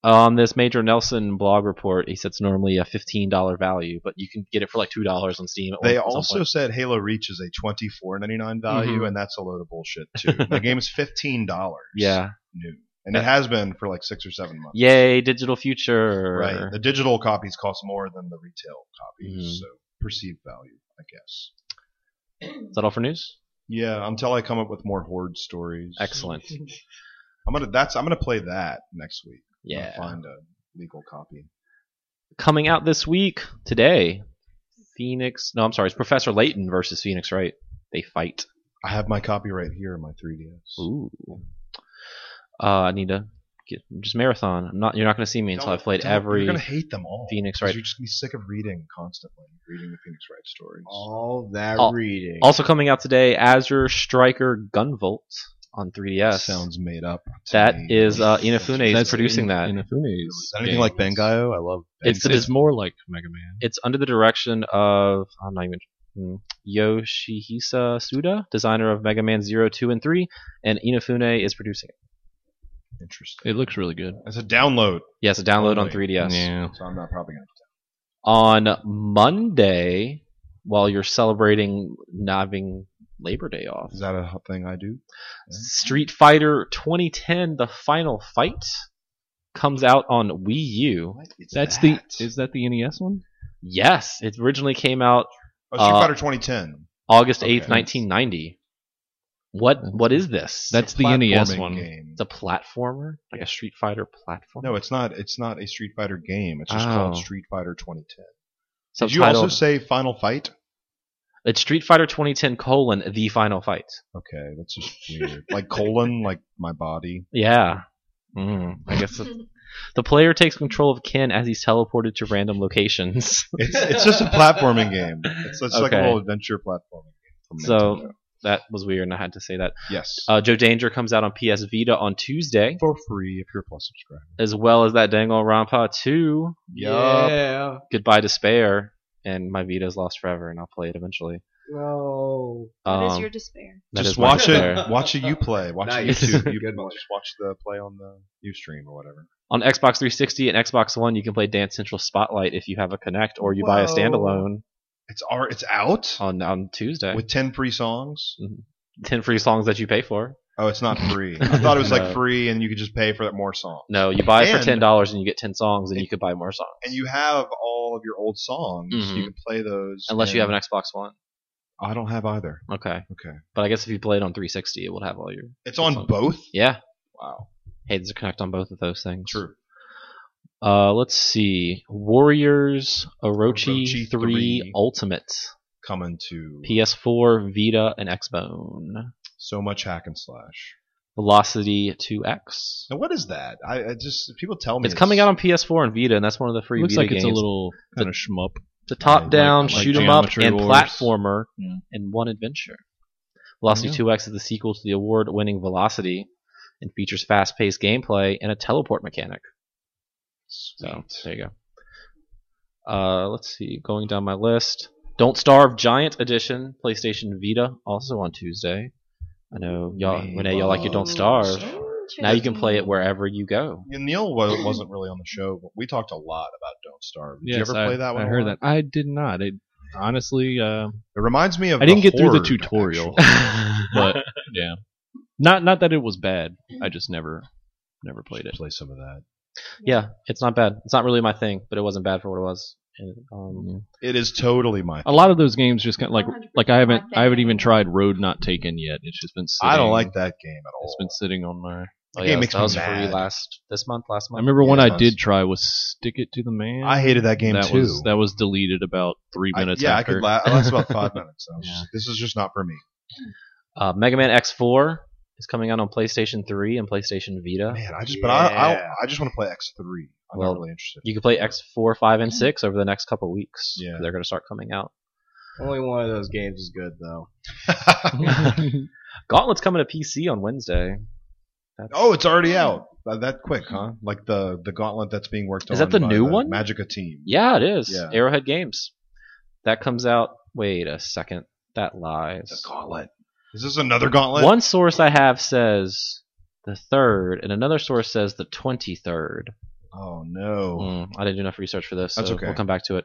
on this Major Nelson blog report, he said it's normally a $15 value, but you can get it for like $2 on Steam. At one-
They
at some
also
point.
said Halo Reach is a twenty four ninety nine
Mm-hmm.
value, and that's a load of bullshit too. the game is fifteen dollars.
Yeah.
new, and it has been for like six or seven months.
Yay, digital future.
Right. The digital copies cost more than the retail copies,
Mhm.
so perceived value, I guess.
Is that all for news?
Yeah, until I come up with more horde stories.
Excellent.
I'm gonna that's I'm gonna play that next week. I'm gonna
Yeah.
Find a legal copy.
Coming out this week, today, Phoenix. No, I'm sorry. It's Professor Layton versus Phoenix Wright. They fight.
I have my copy right here in my 3ds.
Ooh. Uh, I need to get just marathon. I'm not. You're not going to see me until
Don't-
I've played
don't-
every
You're gonna hate them all.
Phoenix
'cause
Wright.
You're just gonna be sick of reading constantly, reading the Phoenix Wright stories.
Oh,
All that
All-
reading.
Also coming out today, Azure Striker Gunvolt on 3DS.
sounds made up. to
That
me.
is uh, Inafune is producing that.
Inafune's
Is that anything like Bangayo? I love.
It's
It's,
the
it's more like Mega Man.
it's under the direction of I'm not even hmm, Yoshihisa Suda, designer of Mega Man 0, 2, and 3, and Inafune is producing it.
interesting.
It looks really good.
It's a download,
Yes, a download on
Only.
3DS.
Yeah.
so I'm not probably gonna.
On Monday, while you're celebrating not having Labor Day off,
Is that a thing I do?
Street Fighter 2010: The Final Fight comes out on Wii U.
It's
That's the is that the NES one?
Yes, it originally came out
oh, Street
uh,
Fighter 2010.
August
Okay.
8th, 1990. What what is this?
That's the NES
Platforming
one.
Game.
E it's a platformer, like a Street Fighter platform.
No, it's not. It's not a Street Fighter game. It's just
Oh.
called Street Fighter 2010. Did you
Subtitled-
also say Final Fight?
it's Street Fighter 2010 colon the final fight.
Okay, that's just weird. like colon, like my body.
Yeah. Mm, I guess the, the player takes control of Ken as he's teleported to random locations.
It's it's just a platforming game. It's, it's like a
Okay.
little adventure platforming game. From
So-
Nintendo.
that was weird, and I had to say that.
yes,
Uh, Joe Danger comes out on PS Vita on Tuesday,
for free if you're a Plus subscriber.
as well as that Danganronpa 2,
yeah.
Goodbye Despair, and my Vita's lost forever, and I'll play it eventually.
No.
That is
Um,
your despair.
that
just
is my
watch
despair.
it. Watch a you play. Watch a
Nice.
YouTube. You
Good
can
one.
just watch the play on the UStream or whatever.
on Xbox 360 and Xbox One, you can play Dance Central Spotlight if you have a Connect, or you buy a
Whoa.
standalone
It's our, It's out
on on Tuesday.
with ten free songs.
ten free songs that you pay for.
Oh, it's not free. I thought it was
No.
like free, and you could just pay for that more songs.
No, you buy it for
And-
ten dollars and you get ten songs, and you could buy more songs.
and you have all of your old songs.
Mhm.
Mm-hmm.
You can play those.
unless you have
and-
an Xbox One.
I don't have either.
Okay,
Okay.
but I guess if you play it on 360, it will have all your.
It's on
on-
both.
Yeah.
Wow.
Hey, there's a Connect on both of those things.
True.
Uh, let's see. Warriors Orochi,
Orochi
3,
3.
Ultimate,
Coming to
PS4, Vita, and Xbone.
so much hack and slash.
Velocity 2X.
Now what is that? I, I just people tell me
It's coming out on PS4 and Vita, and that's one of the free
Looks
Vita
like it's a
games.
little kind of shmup.
the
I
top
like-
down
I like
shoot 'em up
Geometry
and
Wars.
platformer
Yeah.
in one adventure. Velocity
Yeah.
2X is the sequel to the award-winning Velocity and features fast-paced gameplay and a teleport mechanic. So there you go. Uh, let's see. Going down my list, Don't Starve Giant Edition, PlayStation Vita, also on Tuesday. I know y'all, Renee, y'all like you Don't Starve. Now you can play it wherever you go.
Yeah, Neil wa- wasn't really on the show, but we talked a lot about Don't Starve. Did you
Yes,
ever
I-
play that one?
I
a
heard
lot?
that. I did not. It honestly, uh,
It reminds me of.
I didn't
The
get through the
Horde,
tutorial.
actually.
but yeah, not not that it was bad. I just never never played it.
Play some of that.
Yeah, it's not bad. It's not really my thing, but it wasn't bad for what it was. And, um,
It is totally my.
A lot of those games just kind of like
100%
like I haven't
my
I haven't even
thing.
tried Road Not Taken yet. It's just been sitting,
I don't like that game at all.
It's been sitting on my.
oh
That game
yeah,
makes
that
me
was free
mad.
last this month, last
I
month.
remember one
Yeah,
I
that's-
did try was Stick It to the Man.
E I hated that game
that
too.
was that was deleted about three
I-
minutes.
yeah,
after.
I could la- I last about five minutes. I was
Yeah.
just- this is just not for me.
Uh, Mega Man X4 is coming out on PlayStation 3 and PlayStation Vita.
Man, I just but I I,
Yeah.
I just want to play X three. I'm
Well,
not really interested.
You can play X4, 5, and 6 over the next couple weeks.
Yeah.
They're going to start coming out.
Only one of those games is good though.
Gauntlet's coming to PC on Wednesday. That's-
oh, it's already out Uh, that quick, huh? Like the the gauntlet that's being worked on.
Is that the
by
new one?
Magica team.
Yeah, it is.
Yeah.
Arrowhead Games. That comes out. Wait a second. that lies.
gauntlet. Is this another gauntlet?
One source I have says the third, and another source says the twenty-third.
Oh no.
Mm, I didn't do enough research for this. So
That's okay.
We'll come back to it.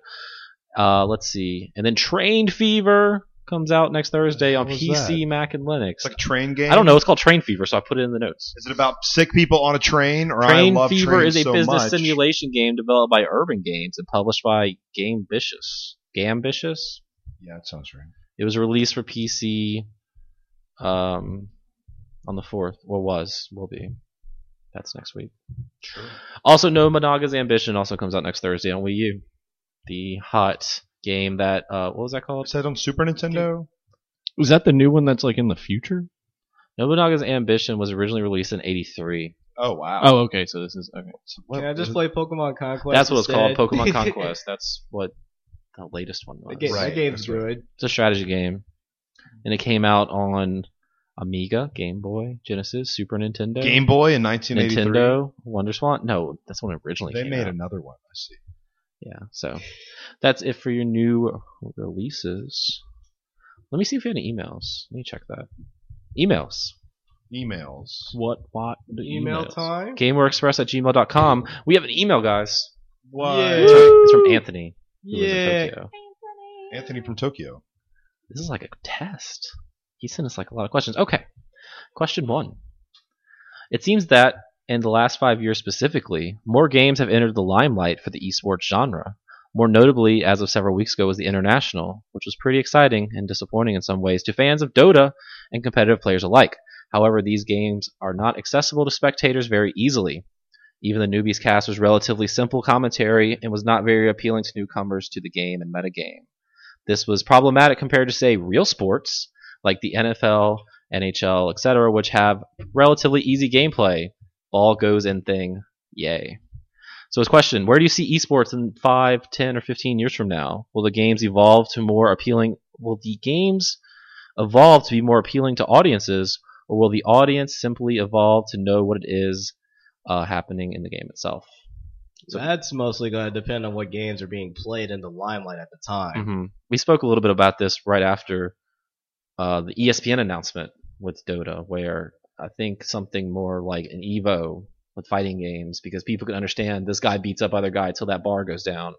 Uh, let's see. And then Train Fever comes out next Thursday on
hell is
PC, Mac, and Linux.
It's like a train game.
I don't know. It's called Train Fever, so I put it in the notes.
Is it about sick people on a train? Or
Train
I love
Fever
trains
is a
so
business
much.
simulation game developed by Urban Games and published by Game Vicious. Gambitious?
Yeah, that sounds right.
It was released for PC um, on the 4th. Well, was. Will be. That's next week. Also, No Managa's Ambition also comes out next Thursday on Wii U. The hot game that, uh, what was that called?
Was that on Super Nintendo?
Is that the new one that's like in the future?
Nobunaga's Ambition was originally released in 83.
Oh wow.
Oh, okay. So this is okay.
So what-
Can I just play Pokemon Conquest?
That's what it's called,
instead?
Pokemon Conquest. That's what the latest one was.
That game-
Right,
That game's
that's right.
good.
It's a strategy game. And it came out on Amiga, Game Boy, Genesis, Super Nintendo.
Game Boy in 1983.
Nintendo, Wonder Swan. No, that's when it originally
They
came out.
made another one. I see.
Yeah, so that's it for your new releases. Let me see if we have any emails. Let me check that. Emails.
Emails.
What? What? The
Email
emails.
time.
GameWareExpress at gmail.com. We have an email, guys.
What?
Yeah.
It's from, it's from Anthony. who lives in
Yeah.
Tokyo.
Anthony from Tokyo.
This is like a test. He sent us like a lot of questions. Okay. Question one. It seems that, in the last five years specifically, more games have entered the limelight for the esports genre. More notably, as of several weeks ago, was the International, which was pretty exciting and disappointing in some ways to fans of Dota and competitive players alike. However, these games are not accessible to spectators very easily. Even the Newbies cast was relatively simple commentary and was not very appealing to newcomers to the game and metagame. This was problematic compared to, say, real sports like the NFL, NHL, etc., which have relatively easy gameplay. Ball goes in thing. Yay. So his question, where do you see esports in 5, 10, or 15 years from now? Will the games evolve to more appealing will the games evolve to be more appealing to audiences, or will the audience simply evolve to know what it is uh, happening in the game itself?
So that's mostly going to depend on what games are being played in the limelight at the time.
hmm We spoke a little bit about this right after uh, the ESPN announcement with Dota, where I think something more like an Evo with fighting games, because people can understand this guy beats up other guy till that bar goes down,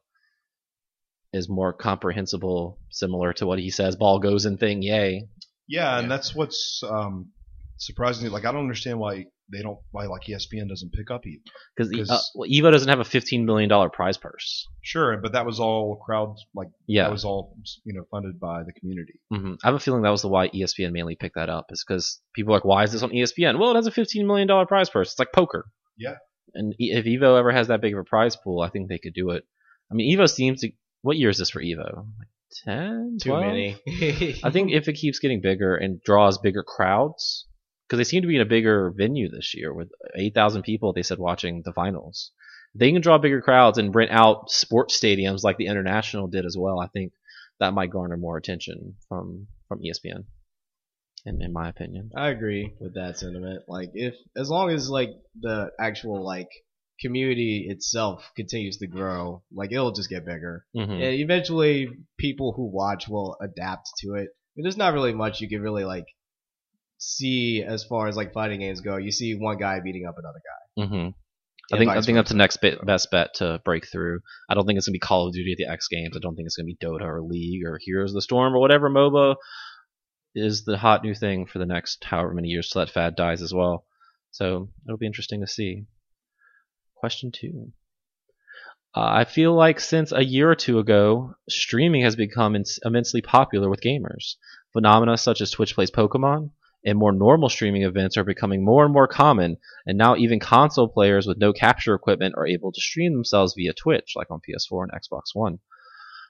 is more comprehensible, similar to what he says, ball goes in thing, yay.
Yeah, and
Yeah.
that's what's um, surprisingly like. I don't understand why they don't why like E ESPN doesn't pick up either.
Because
'Cause-
uh, well, Evo doesn't have a $15 million prize purse.
Sure, but that was all crowd like
Yeah.
that was all you know funded by the community.
hmm I have a feeling that was the why E ESPN mainly picked that up is because people are like, why is this on E ESPN? Well, it has a fifteen million dollar prize purse. It's like poker.
Yeah.
And E- if Evo ever has that big of a prize pool, I think they could do it. I mean, Evo seems to. What year is this for Evo? Ten?
Too
12?
many.
I think if it keeps getting bigger and draws bigger crowds, because they seem to be in a bigger venue this year with 8,000 people, they said, watching the finals. They can draw bigger crowds and rent out sports stadiums like the International did as well. I think that might garner more attention from, from E ESPN, in, in my opinion.
I agree with that sentiment. Like if as long as like the actual like community itself continues to grow, like it'll just get bigger.
Mhm.
And eventually people who watch will adapt to it. And there's not really much you can really like see as far as like fighting games go. You see one guy beating up another guy.
hmm I
And
think I
vice
think that's the next bit, best bet to break through. I don't think it's gonna be Call of Duty at the X Games. I don't think it's gonna be Dota or League or Heroes of the Storm or whatever MOBA is the hot new thing for the next however many years till that fad dies as well. So it'll be interesting to see. Question two. Uh, I feel like since a year or two ago, streaming has become ins- immensely popular with gamers. Phenomena such as Twitch plays Pokemon and more normal streaming events are becoming more and more common and now even console players with no capture equipment are able to stream themselves via Twitch, like on PS4 and Xbox One.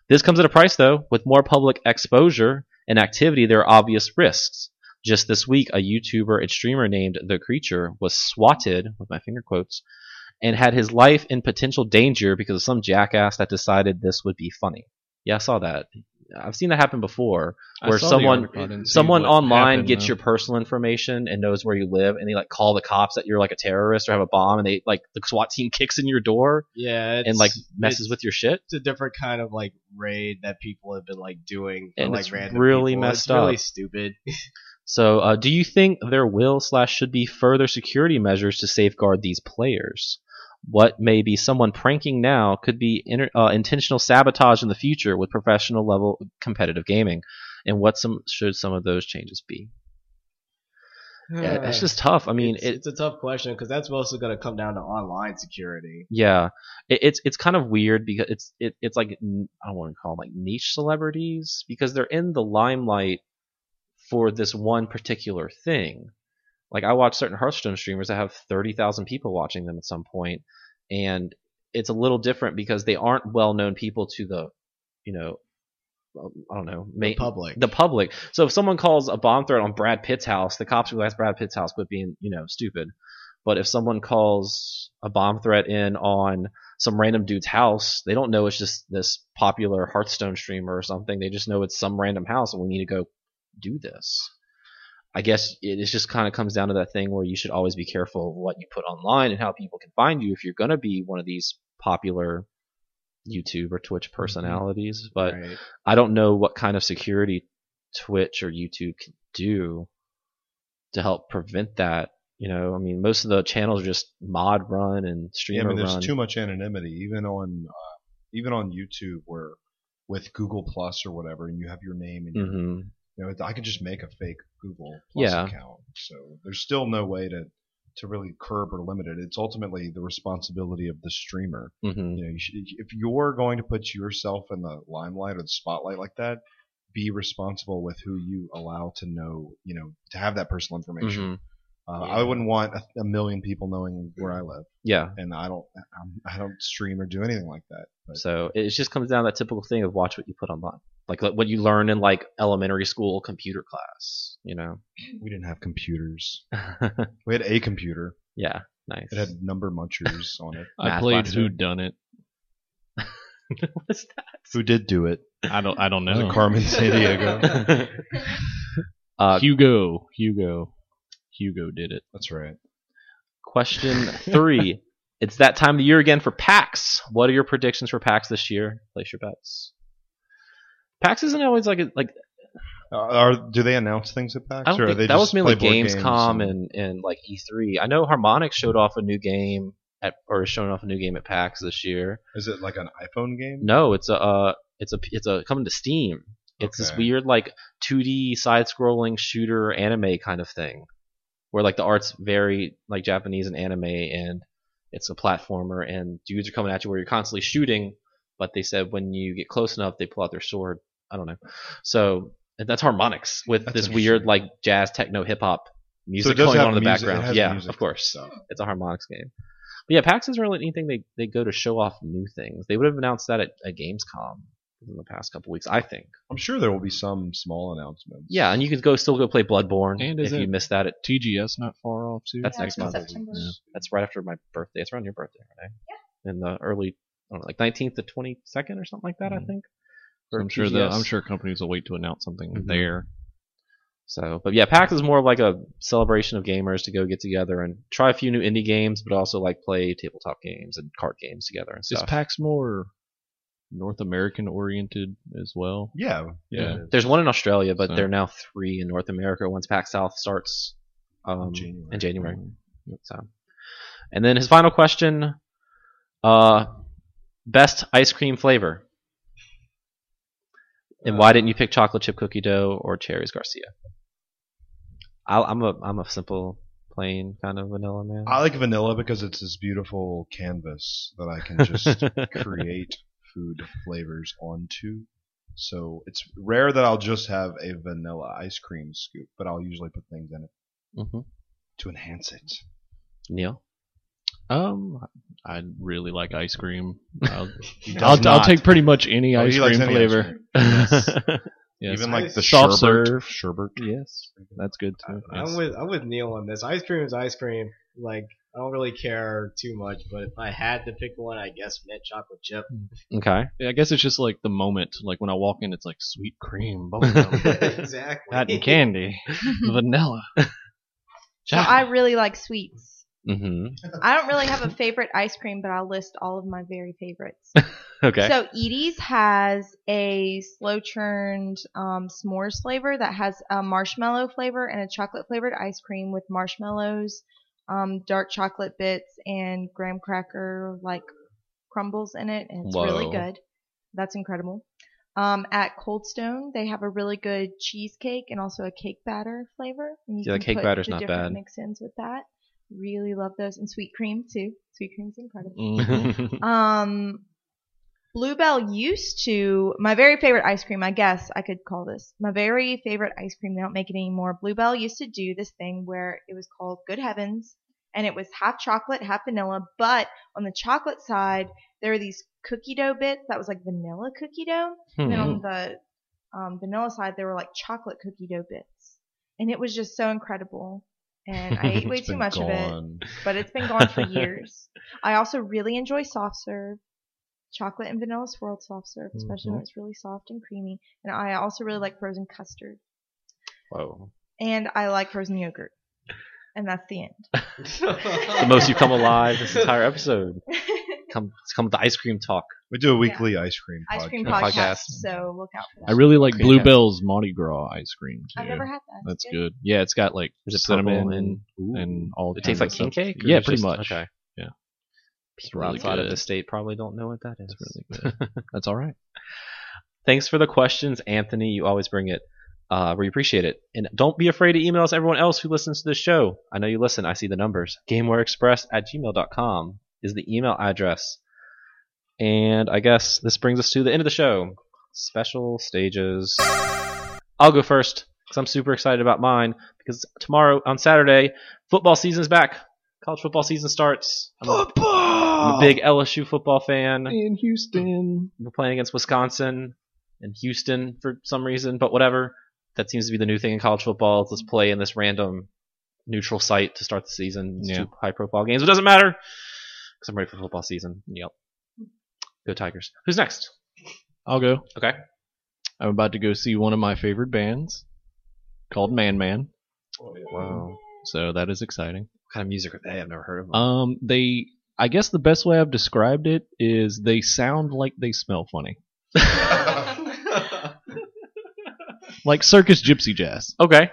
This comes at a price, though. With more public exposure and activity, there are obvious risks. Just this week, a YouTuber and streamer named The Creature was swatted, with my finger quotes, and had his life in potential danger because of some jackass that decided this would be funny. Yeah, I saw that. I've seen that happen before,
I
where
saw the
someone-
article, I didn't see
someone
what
online
happened,
gets
though.
your personal information and knows where you live, and they like call the cops that you're like a terrorist or have a bomb, and they like the SWAT team kicks in your door
Yeah, it's,
and like
it's-
messes with your shit.
it's a different kind of like raid that people have been like doing for
And
like
it's
random
really
people.
messed
it's really
up.
stupid
So, uh, do you think there will slash should be further security measures to safeguard these players? What may be someone pranking now could be inter- uh, intentional sabotage in the future with professional level competitive gaming, and what some should some of those changes be?
Uh,
Yeah, it's just tough. I mean,
it's,
it,
it's a tough question because that's mostly going to come down to online security
yeah, it, it's it's kind of weird because it's it, it's like n- I don't want to call them like niche celebrities because they're in the limelight for this one particular thing. Like I watch certain Hearthstone streamers that have thirty thousand people watching them at some point, and it's a little different because they aren't well-known people to the, you know, um, I don't know, ma-
public.
the public. So if someone calls a bomb threat on Brad Pitt's house, the cops will ask Brad Pitt's house, but being you know stupid. But if someone calls a bomb threat in on some random dude's house, they don't know it's just this popular Hearthstone streamer or something. They just know it's some random house, and we need to go do this. I guess it is just kind of comes down to that thing where you should always be careful of what you put online and how people can find you if you're going to be one of these popular YouTube or Twitch personalities. But
Mm-hmm. right?
I don't know what kind of security Twitch or YouTube can do to help prevent that. You know, I mean, most of the channels are just mod run and
Yeah, I
streamer
mean, there's
run.
too much anonymity, even on uh, even on YouTube, where with Google Plus or whatever, and you have your name and your
hmm
you know, I could just make a fake Google Plus
Yeah.
account. So there's still no way to to really curb or limit it. It's ultimately the responsibility of the streamer.
hmm
You know, you should, if you're going to put yourself in the limelight or the spotlight like that, be responsible with who you allow to know. You know, to have that personal information.
hmm
Uh,
Yeah.
I wouldn't want a, a million people knowing where I
Mm-hmm.
live,
Yeah.
and I don't I'm, I don't stream or do anything like that. But
So it just comes down to that typical thing of watch what you put online, like like what you learn in like elementary school computer class. You know.
we didn't have computers. We had a computer.
yeah. Nice.
It had number munchers on it.
I
Math
played
boxer.
Who Done It.
What's that?
Who did do it?
I don't. I don't
Was it
know.
Carmen San Diego.
Uh,
Hugo. Hugo. Hugo did it.
That's right.
Question three. It's that time of year again for PAX. What are your predictions for PAX this year? Place your bets. PAX isn't always like a, like
Uh, are do they announce things at PAX?
I don't
or
think
they
that was
just
mainly
play board
Gamescom
games
and, and like E3. I know Harmonix showed off a new game at or is showing off a new game at PAX this year.
is it like an iPhone game?
No, it's a uh, it's a it's a coming to Steam. It's this
Okay.
weird like 2D side-scrolling shooter anime kind of thing, where like the art's very like Japanese and anime, and it's a platformer, and dudes are coming at you where you're constantly shooting. But they said when you get close enough, they pull out their sword. I don't know. So and that's harmonics with
That's
this weird
interesting.
like jazz techno hip hop music
does
going
have
on in the
music- it
background.
has
Yeah,
music.
of course
So,
it's a harmonics game. But yeah, PAX isn't really anything they, they go to show off new things. They would have announced that at, at Gamescom in the past couple weeks, I think.
I'm sure there will be some small announcements.
Yeah, and you could go still go play Bloodborne
And
if
is
you
it-
missed that. At,
TGS not far off too.
That's
Yeah,
next
it's in
month.
September.
Yeah.
that's right after my birthday. It's around your birthday, right? Yeah. In the early, I don't know, like 19th to 22nd or something like that, I
Mhm.
think.
So
Or
I'm sure the,
TGS.
I'm sure companies will wait to announce something
Mm-hmm.
Mhm.
there.
So, but yeah, PAX is more of like a celebration of gamers to go get together and try a few new indie games, but also like play tabletop games and card games together and
Is
stuff.
PAX more North American oriented as well?
Yeah.
Yeah.
There's one in Australia, but
So-
there are now three in North America once Pac South starts um,
January.
in January. Oh, So, and then his final question: uh, best ice cream flavor, and why didn't you pick chocolate chip cookie dough or cherries Garcia? I'll, I'm a I'm a simple, plain kind of vanilla man.
I like vanilla because it's this beautiful canvas that I can just create food flavors onto. So it's rare that I'll just have a vanilla ice cream scoop, but I'll usually put things in it
Mm-hmm.
Mhm.
to enhance it.
Neil,
Um, I really like ice cream. I'll,
He does
I'll, I'll
not.
take pretty much any
Oh,
ice
he likes
cream
any ice
flavor.
cream.
Yes. Yes.
Even like the
Soft
sherbet.
serve.
Sherbet.
Yes, that's good too.
I'm
Yes.
with I'm with Neil on this. Ice cream is ice cream. Like I don't really care too much, but if I had to pick one, I guess mint chocolate chip.
Okay.
Yeah, I guess it's just like the moment. Like when I walk in, it's like sweet cream, bubblegum,
exactly.
cotton candy, vanilla.
So I really like sweets.
Mm-hmm.
I don't really have a favorite ice cream, but I'll list all of my very favorites.
Okay.
So Edie's has a slow churned um, s'mores flavor that has a marshmallow flavor and a chocolate flavored ice cream with marshmallows, um, dark chocolate bits, and graham cracker like crumbles in it, and it's really
Whoa.
good. That's incredible. Um, at Cold Stone, they have a really good cheesecake and also a cake batter flavor. And you
Yeah, the cake
can put
batter's
the
not
different
bad.
Mix-ins with that. Really love those, and sweet cream too. Sweet cream's incredible.
Mhm.
Hmm.
Um, Bluebell used to my very favorite ice cream. I guess I could call this my very favorite ice cream. They don't make it anymore. Bluebell used to do this thing where it was called Good Heavens, and it was half chocolate, half vanilla. But on the chocolate side, there were these cookie dough bits that was like vanilla cookie dough, and then
Hmm.
on the um, vanilla side, there were like chocolate cookie dough bits, and it was just so incredible. And I ate way
It's
too
been
much of it
gone.
but it's been gone for years. I also really enjoy soft serve, chocolate and vanilla swirled soft serve, especially when it's really soft and creamy. And I also really like frozen custard,
Whoa.
and I like frozen yogurt. And that's the end.
The
the
most you've come alive this entire episode. Come, it's come with the ice cream talk.
We do a weekly ice cream
Ice cream
Podcast.
podcast, so look out for that.
I really like
Okay.
Bluebell's Mardi Gras ice cream too.
I've never had that.
That's good. Yeah, it's got like
Is it
cinnamon
purple and-
and, all.
It
kinds
tastes like king
of stuff.
cake. or
Yeah,
it's
pretty
just-
much.
Okay.
Yeah.
People
really
outside of
good.
the state probably don't know what that is.
It's really good. That's all right.
Thanks for the questions, Anthony. You always bring it. Uh, we appreciate it. And don't be afraid to email us, everyone else who listens to this show. I know you listen. I see the numbers. GamewareExpress at gmail.com is the email address. And I guess this brings us to the end of the show. Special stages. I'll go first because I'm super excited about mine because tomorrow on Saturday, football season's back. College football season starts. I'm a- I'm
Football
a big LSU football fan
in Houston.
we're playing against Wisconsin and Houston for some reason, but whatever. That seems to be the new thing in college football. is Let's play in this random neutral site to start the season. It's
Yeah.
two high profile games. It doesn't matter because I'm ready for football season. Yep. Go Tigers. Who's next?
I'll go.
Okay.
I'm about to go see one of my favorite bands called Man Man.
Wow. What
So that is exciting.
kind of music are they? I've never heard of them.
Um, they, I guess the best way I've described it is they sound like they smell funny, like circus gypsy jazz.
okay.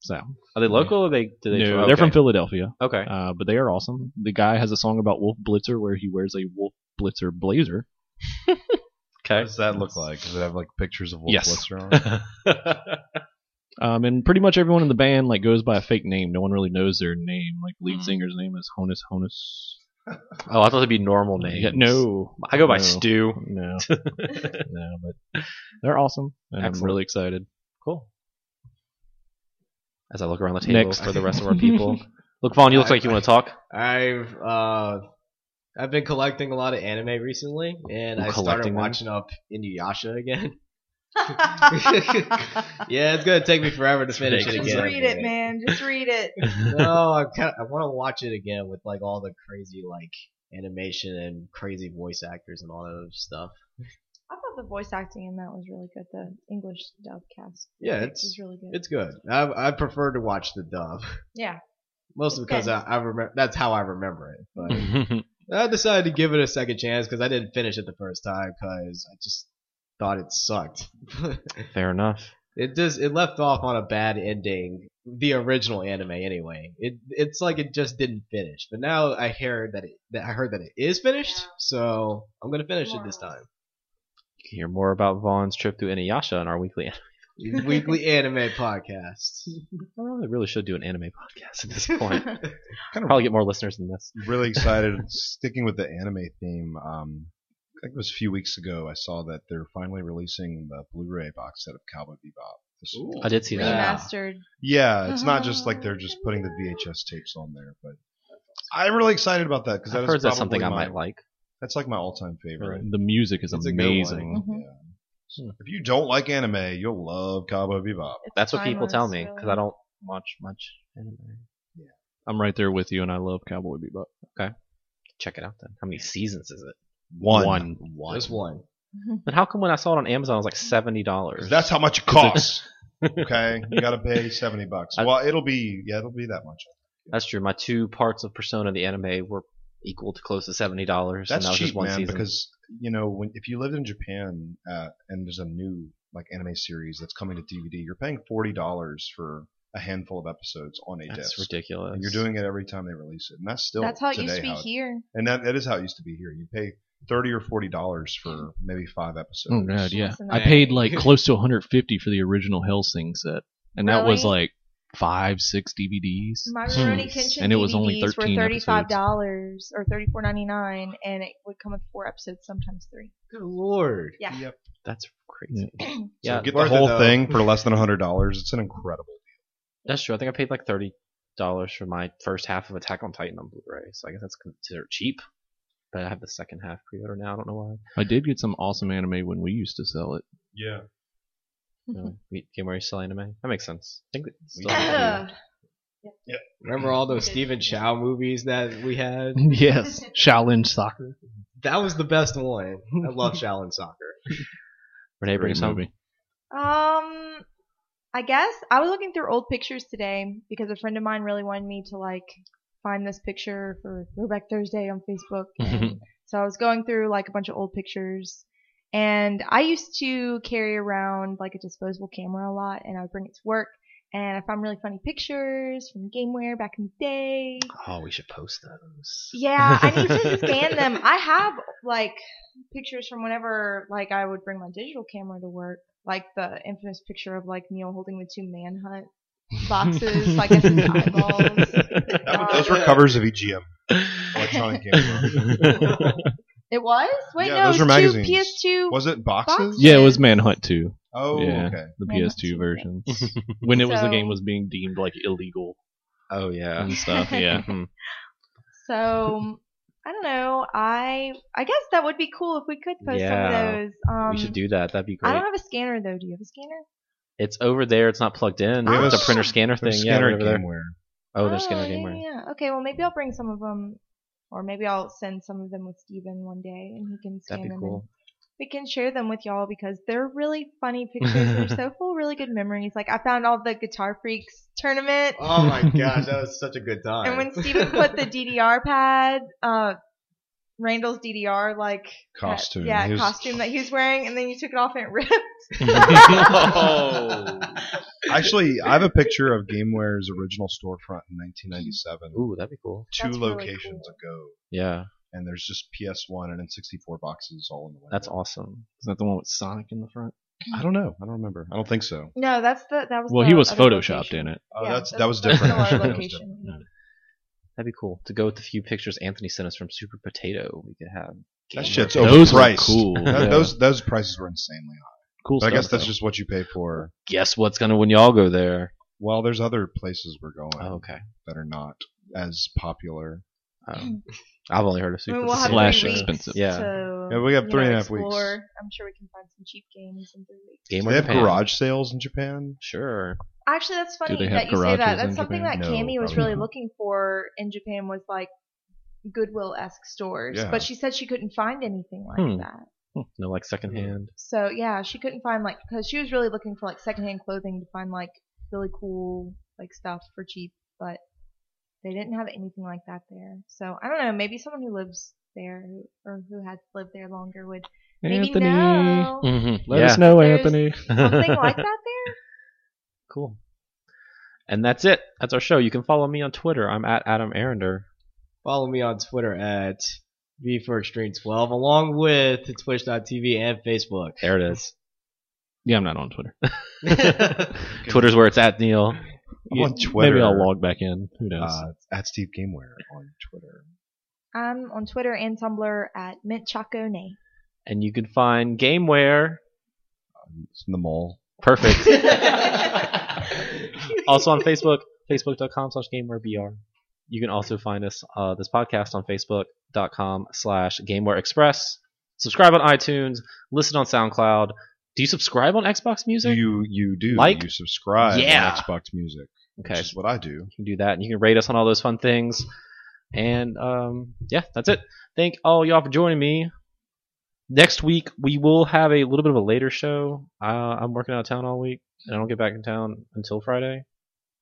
So
Are they local or they do they
no,
okay.
they're from Philadelphia,
Okay.
uh, but they are awesome. The guy has a song about Wolf Blitzer where he wears a Wolf Blitzer blazer.
What
Okay.
does that look like? Does it have like pictures of Wolf
Yes.
Blitzer on it?
Um, and pretty much everyone in the band like goes by a fake name. No one really knows their name. Like lead singer's name is Honus Honus.
oh, I thought it'd be normal names.
Yeah, no,
I go by
No.
Stu.
No, no, but they're awesome, and I'm
Excellent.
really excited.
Cool. As I look around the table
Next.
for the rest of our people. Look, Vaughn, you look like you want to talk.
I've uh, I've been collecting a lot of anime recently, and
Ooh,
I started
collecting them?
watching up Inuyasha again. yeah, it's gonna take me forever to finish it
Just
again.
Just read it, man. Just read it.
no, I kind of, I want to watch it again with like all the crazy like animation and crazy voice actors and all that other stuff.
I thought the voice acting in that was really good. The English dub cast.
Yeah,
was
it's
really good.
it's good. I I prefer to watch the dub
yeah.
mostly because I, I remember that's how I remember it. But
yeah,
I decided to give it a second chance because I didn't finish it the first time because I just thought it sucked.
Fair enough.
it just it left off on a bad ending. The original anime, anyway. It it's like it just didn't finish. But now I hear that it that I heard that it is finished,
Yeah.
so I'm gonna finish it this time.
You can hear more about Vaughn's trip to Inuyasha in our weekly.
Weekly anime podcast.
I really, Oh, really should do an anime podcast at this point. Probably get more listeners than this.
really excited. Sticking with the anime theme, um, I think it was a few weeks ago. I saw that they're finally releasing the Blu-ray box set of Cowboy Bebop. This-
Ooh.
I did see that.
Yeah.
Remastered.
Yeah, it's not just like they're just putting the VHS tapes on there, but I'm really excited about that because
I've heard that's something I might like.
That's like my all-time favorite.
the music is
It's a good one.
amazing.
Mhm.
Yeah. If you don't like anime, you'll love Cowboy Bebop.
It's
That's what people tell
timeless,
me because
really.
I don't watch much anime.
I'm right there with you, and I love Cowboy Bebop.
Check it out then. How many seasons is it?
One.
One.
One.
There's one.
But how come when I saw it on Amazon, it was like seventy
'Cause
dollars?
That's how much it costs. okay, you gotta pay seventy bucks.
I-
Well, it'll be yeah, it'll be that much.
That's true. My two parts of Persona the anime were equal to close to seventy dollars. and
That's
that was
cheap,
just one
man.
season.
Because you know, when if you lived in Japan uh, and there's a new like anime series that's coming to DVD, you're paying forty dollars for a handful of episodes on a
that's
disc.
ridiculous.
And you're doing it every time they release it, and that's still
That's how it
today
used to be
how it-
here.
And that, that is how it used to be here. You pay thirty or forty dollars for maybe five episodes.
Oh god, yeah.
Awesome.
I paid like close to 150 for the original Hellsing set, and that was
Really?
like five, six DVDs.
My Rurouni
Jeez.
Kenshin
Hmm. And it was only
DVDs were
13
thirty
episodes.
five dollars or thirty four ninety nine, and it would come with four episodes, sometimes three.
Good lord.
Yeah.
Yep.
That's crazy. Yeah,
So get the
worth it,
whole
though.
thing for less than hundred dollars. It's an incredible.
that's true. I think I paid like thirty dollars for my first half of Attack on Titan on Blu-ray, so I guess that's considered cheap. But I have the second half pre-order now. I don't know why.
I did get some awesome anime when we used to sell it.
Yeah.
Really? We- Game where you sell anime. That makes sense. I think it's still-
Ugh.
Remember all those Stephen Chow movies that we had?
yes, Shaolin Soccer.
That was the best one. I love Shaolin Soccer.
Renee brings
Great
home.
movie.
Um, I guess I was looking through old pictures today because a friend of mine really wanted me to like find this picture for Throwback Thursday on Facebook. And so I was going through like a bunch of old pictures, and I used to carry around like a disposable camera a lot, and I would bring it to work. And I found really funny pictures from GameWare back in the day.
Oh, we should post those.
Yeah, I need to disband them. I have like pictures from whenever like I would bring my digital camera to work, like the infamous picture of like Neil holding the two manhunt boxes, like it's his eyeballs.
Those were
Yeah.
covers of E EGM electronic game.
It was? Wait,
Yeah,
no,
those
it
were
was
magazines.
two PS2.
Was it boxes?
yeah, it was Manhunt 2,
Oh,
Yeah.
okay.
the
Manhunt
PS2
two,
version, when it was the
So-
game was being deemed like illegal
Oh yeah.
and stuff. Yeah, Hmm.
So I don't know. I I guess that would be cool if we could post some
Yeah.
of those. Um,
we should do that. That'd be
I
great.
don't have a scanner though. Do you have a scanner?
It's over there. It's not plugged in.
We have
it's
a
a printer scanner
They're
thing. Yeah,
scanner
right over there.
gameware.
Oh, there's scanner
yeah,
gameware.
Yeah, Okay, well maybe I'll bring some of them, or maybe I'll send some of them with Steven one day, and he can scan
That'd be
them.
cool.
And we can share them with y'all because they're really funny pictures. they're so full, of really good memories. Like I found all the Guitar Freaks tournament,
Oh my gosh, that was such a good time.
and when Steven put the DDR pad, uh, Randall's DDR like that-
Costume.
yeah,
He was-
costume that he was wearing, and then you took it off and it ripped.
oh.
Actually, I have a picture of GameWare's original storefront in 1997,
Ooh, that'd be cool.
two
That's really
locations
cool.
ago,
Yeah,
and there's just PS1 and N64 boxes all in the window.
that's awesome.
is that the one with Sonic in the front?
I don't know. I don't remember. I don't think so.
No, that's the that was.
Well,
the
he was
other
photoshopped
location.
in it.
Oh,
Yeah,
that's, that was
that's
different.
still our
actually. That was
location.
different.
That'd be cool to go with the few pictures Anthony sent us from Super Potato. We could have.
That shit's
Those were
overpriced.
cool.
That-
Yeah.
Those those prices were insanely high.
Cool.
But I
stuff,
guess that's
though.
just what you pay for.
Guess what's gonna when y'all go there?
Well, there's other places we're going
Oh, okay.
that are not as popular.
Um, I've only heard of
I
Super
mean, we'll have
Potato.
Slash
three weeks
expensive.
Yeah.
to,
Yeah, we have
you
three
know,
and a half weeks.
explore. I'm sure we can find some cheap games in three weeks.
Game
Do
or
they have
Japan.
garage sales in Japan?
Sure.
Actually, that's funny
they have
that you say
garages
that. That's
in
something
Japan?
that
No,
Cami was
probably
really
not.
looking for in Japan was like Goodwill esque stores,
Yeah.
but she said she couldn't find anything like
Hmm.
that.
No, like secondhand.
So yeah, she couldn't find like because she was really looking for like secondhand clothing to find like really cool like stuff for cheap, but they didn't have anything like that there. So I don't know. Maybe someone who lives there who- or who had lived there longer would maybe
Anthony,
know
Mm-hmm.
let
yeah.
us know,
There's-
Anthony.
something like that there.
Cool. And that's it. That's our show. You can follow me on Twitter. I'm at Adam Arender.
Follow me on Twitter at V for Extreme 12, along with Twitch.tv and Facebook.
There it is.
Yeah, I'm not on Twitter.
Twitter's where it's at, Neil.
I'm
Yeah,
on Twitter.
Maybe I'll log back in. Who knows?
Uh, at Steve Gameware on Twitter.
I'm on Twitter and Tumblr at mintchacone.
And you can find Gameware.
It's in the mall.
Perfect. also on Facebook, facebook.com slash gamewarebr. You can also find us, uh, this podcast on facebook.com slash gameware express. Subscribe on iTunes, listen on SoundCloud. Do you subscribe on Xbox Music?
You you do
Like?
you subscribe
Yeah.
on Xbox Music.
Okay,
which
so
is what I do.
you can do that, and you can rate us on all those fun things. And um, yeah, that's it. Thank all y'all for joining me. Next week we will have a little bit of a later show. Uh, I'm working out of town all week, and I don't get back in town until Friday.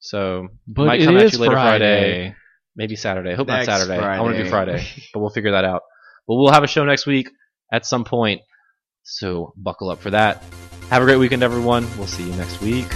So
But
Might
it
come at
is
you later
Friday.
maybe Saturday. Hope
Next
not Saturday. I want to do
Friday.
Friday, but we'll figure that out. But we'll have a show next week at some point. So buckle up for that. Have a great weekend, everyone. We'll see you next week.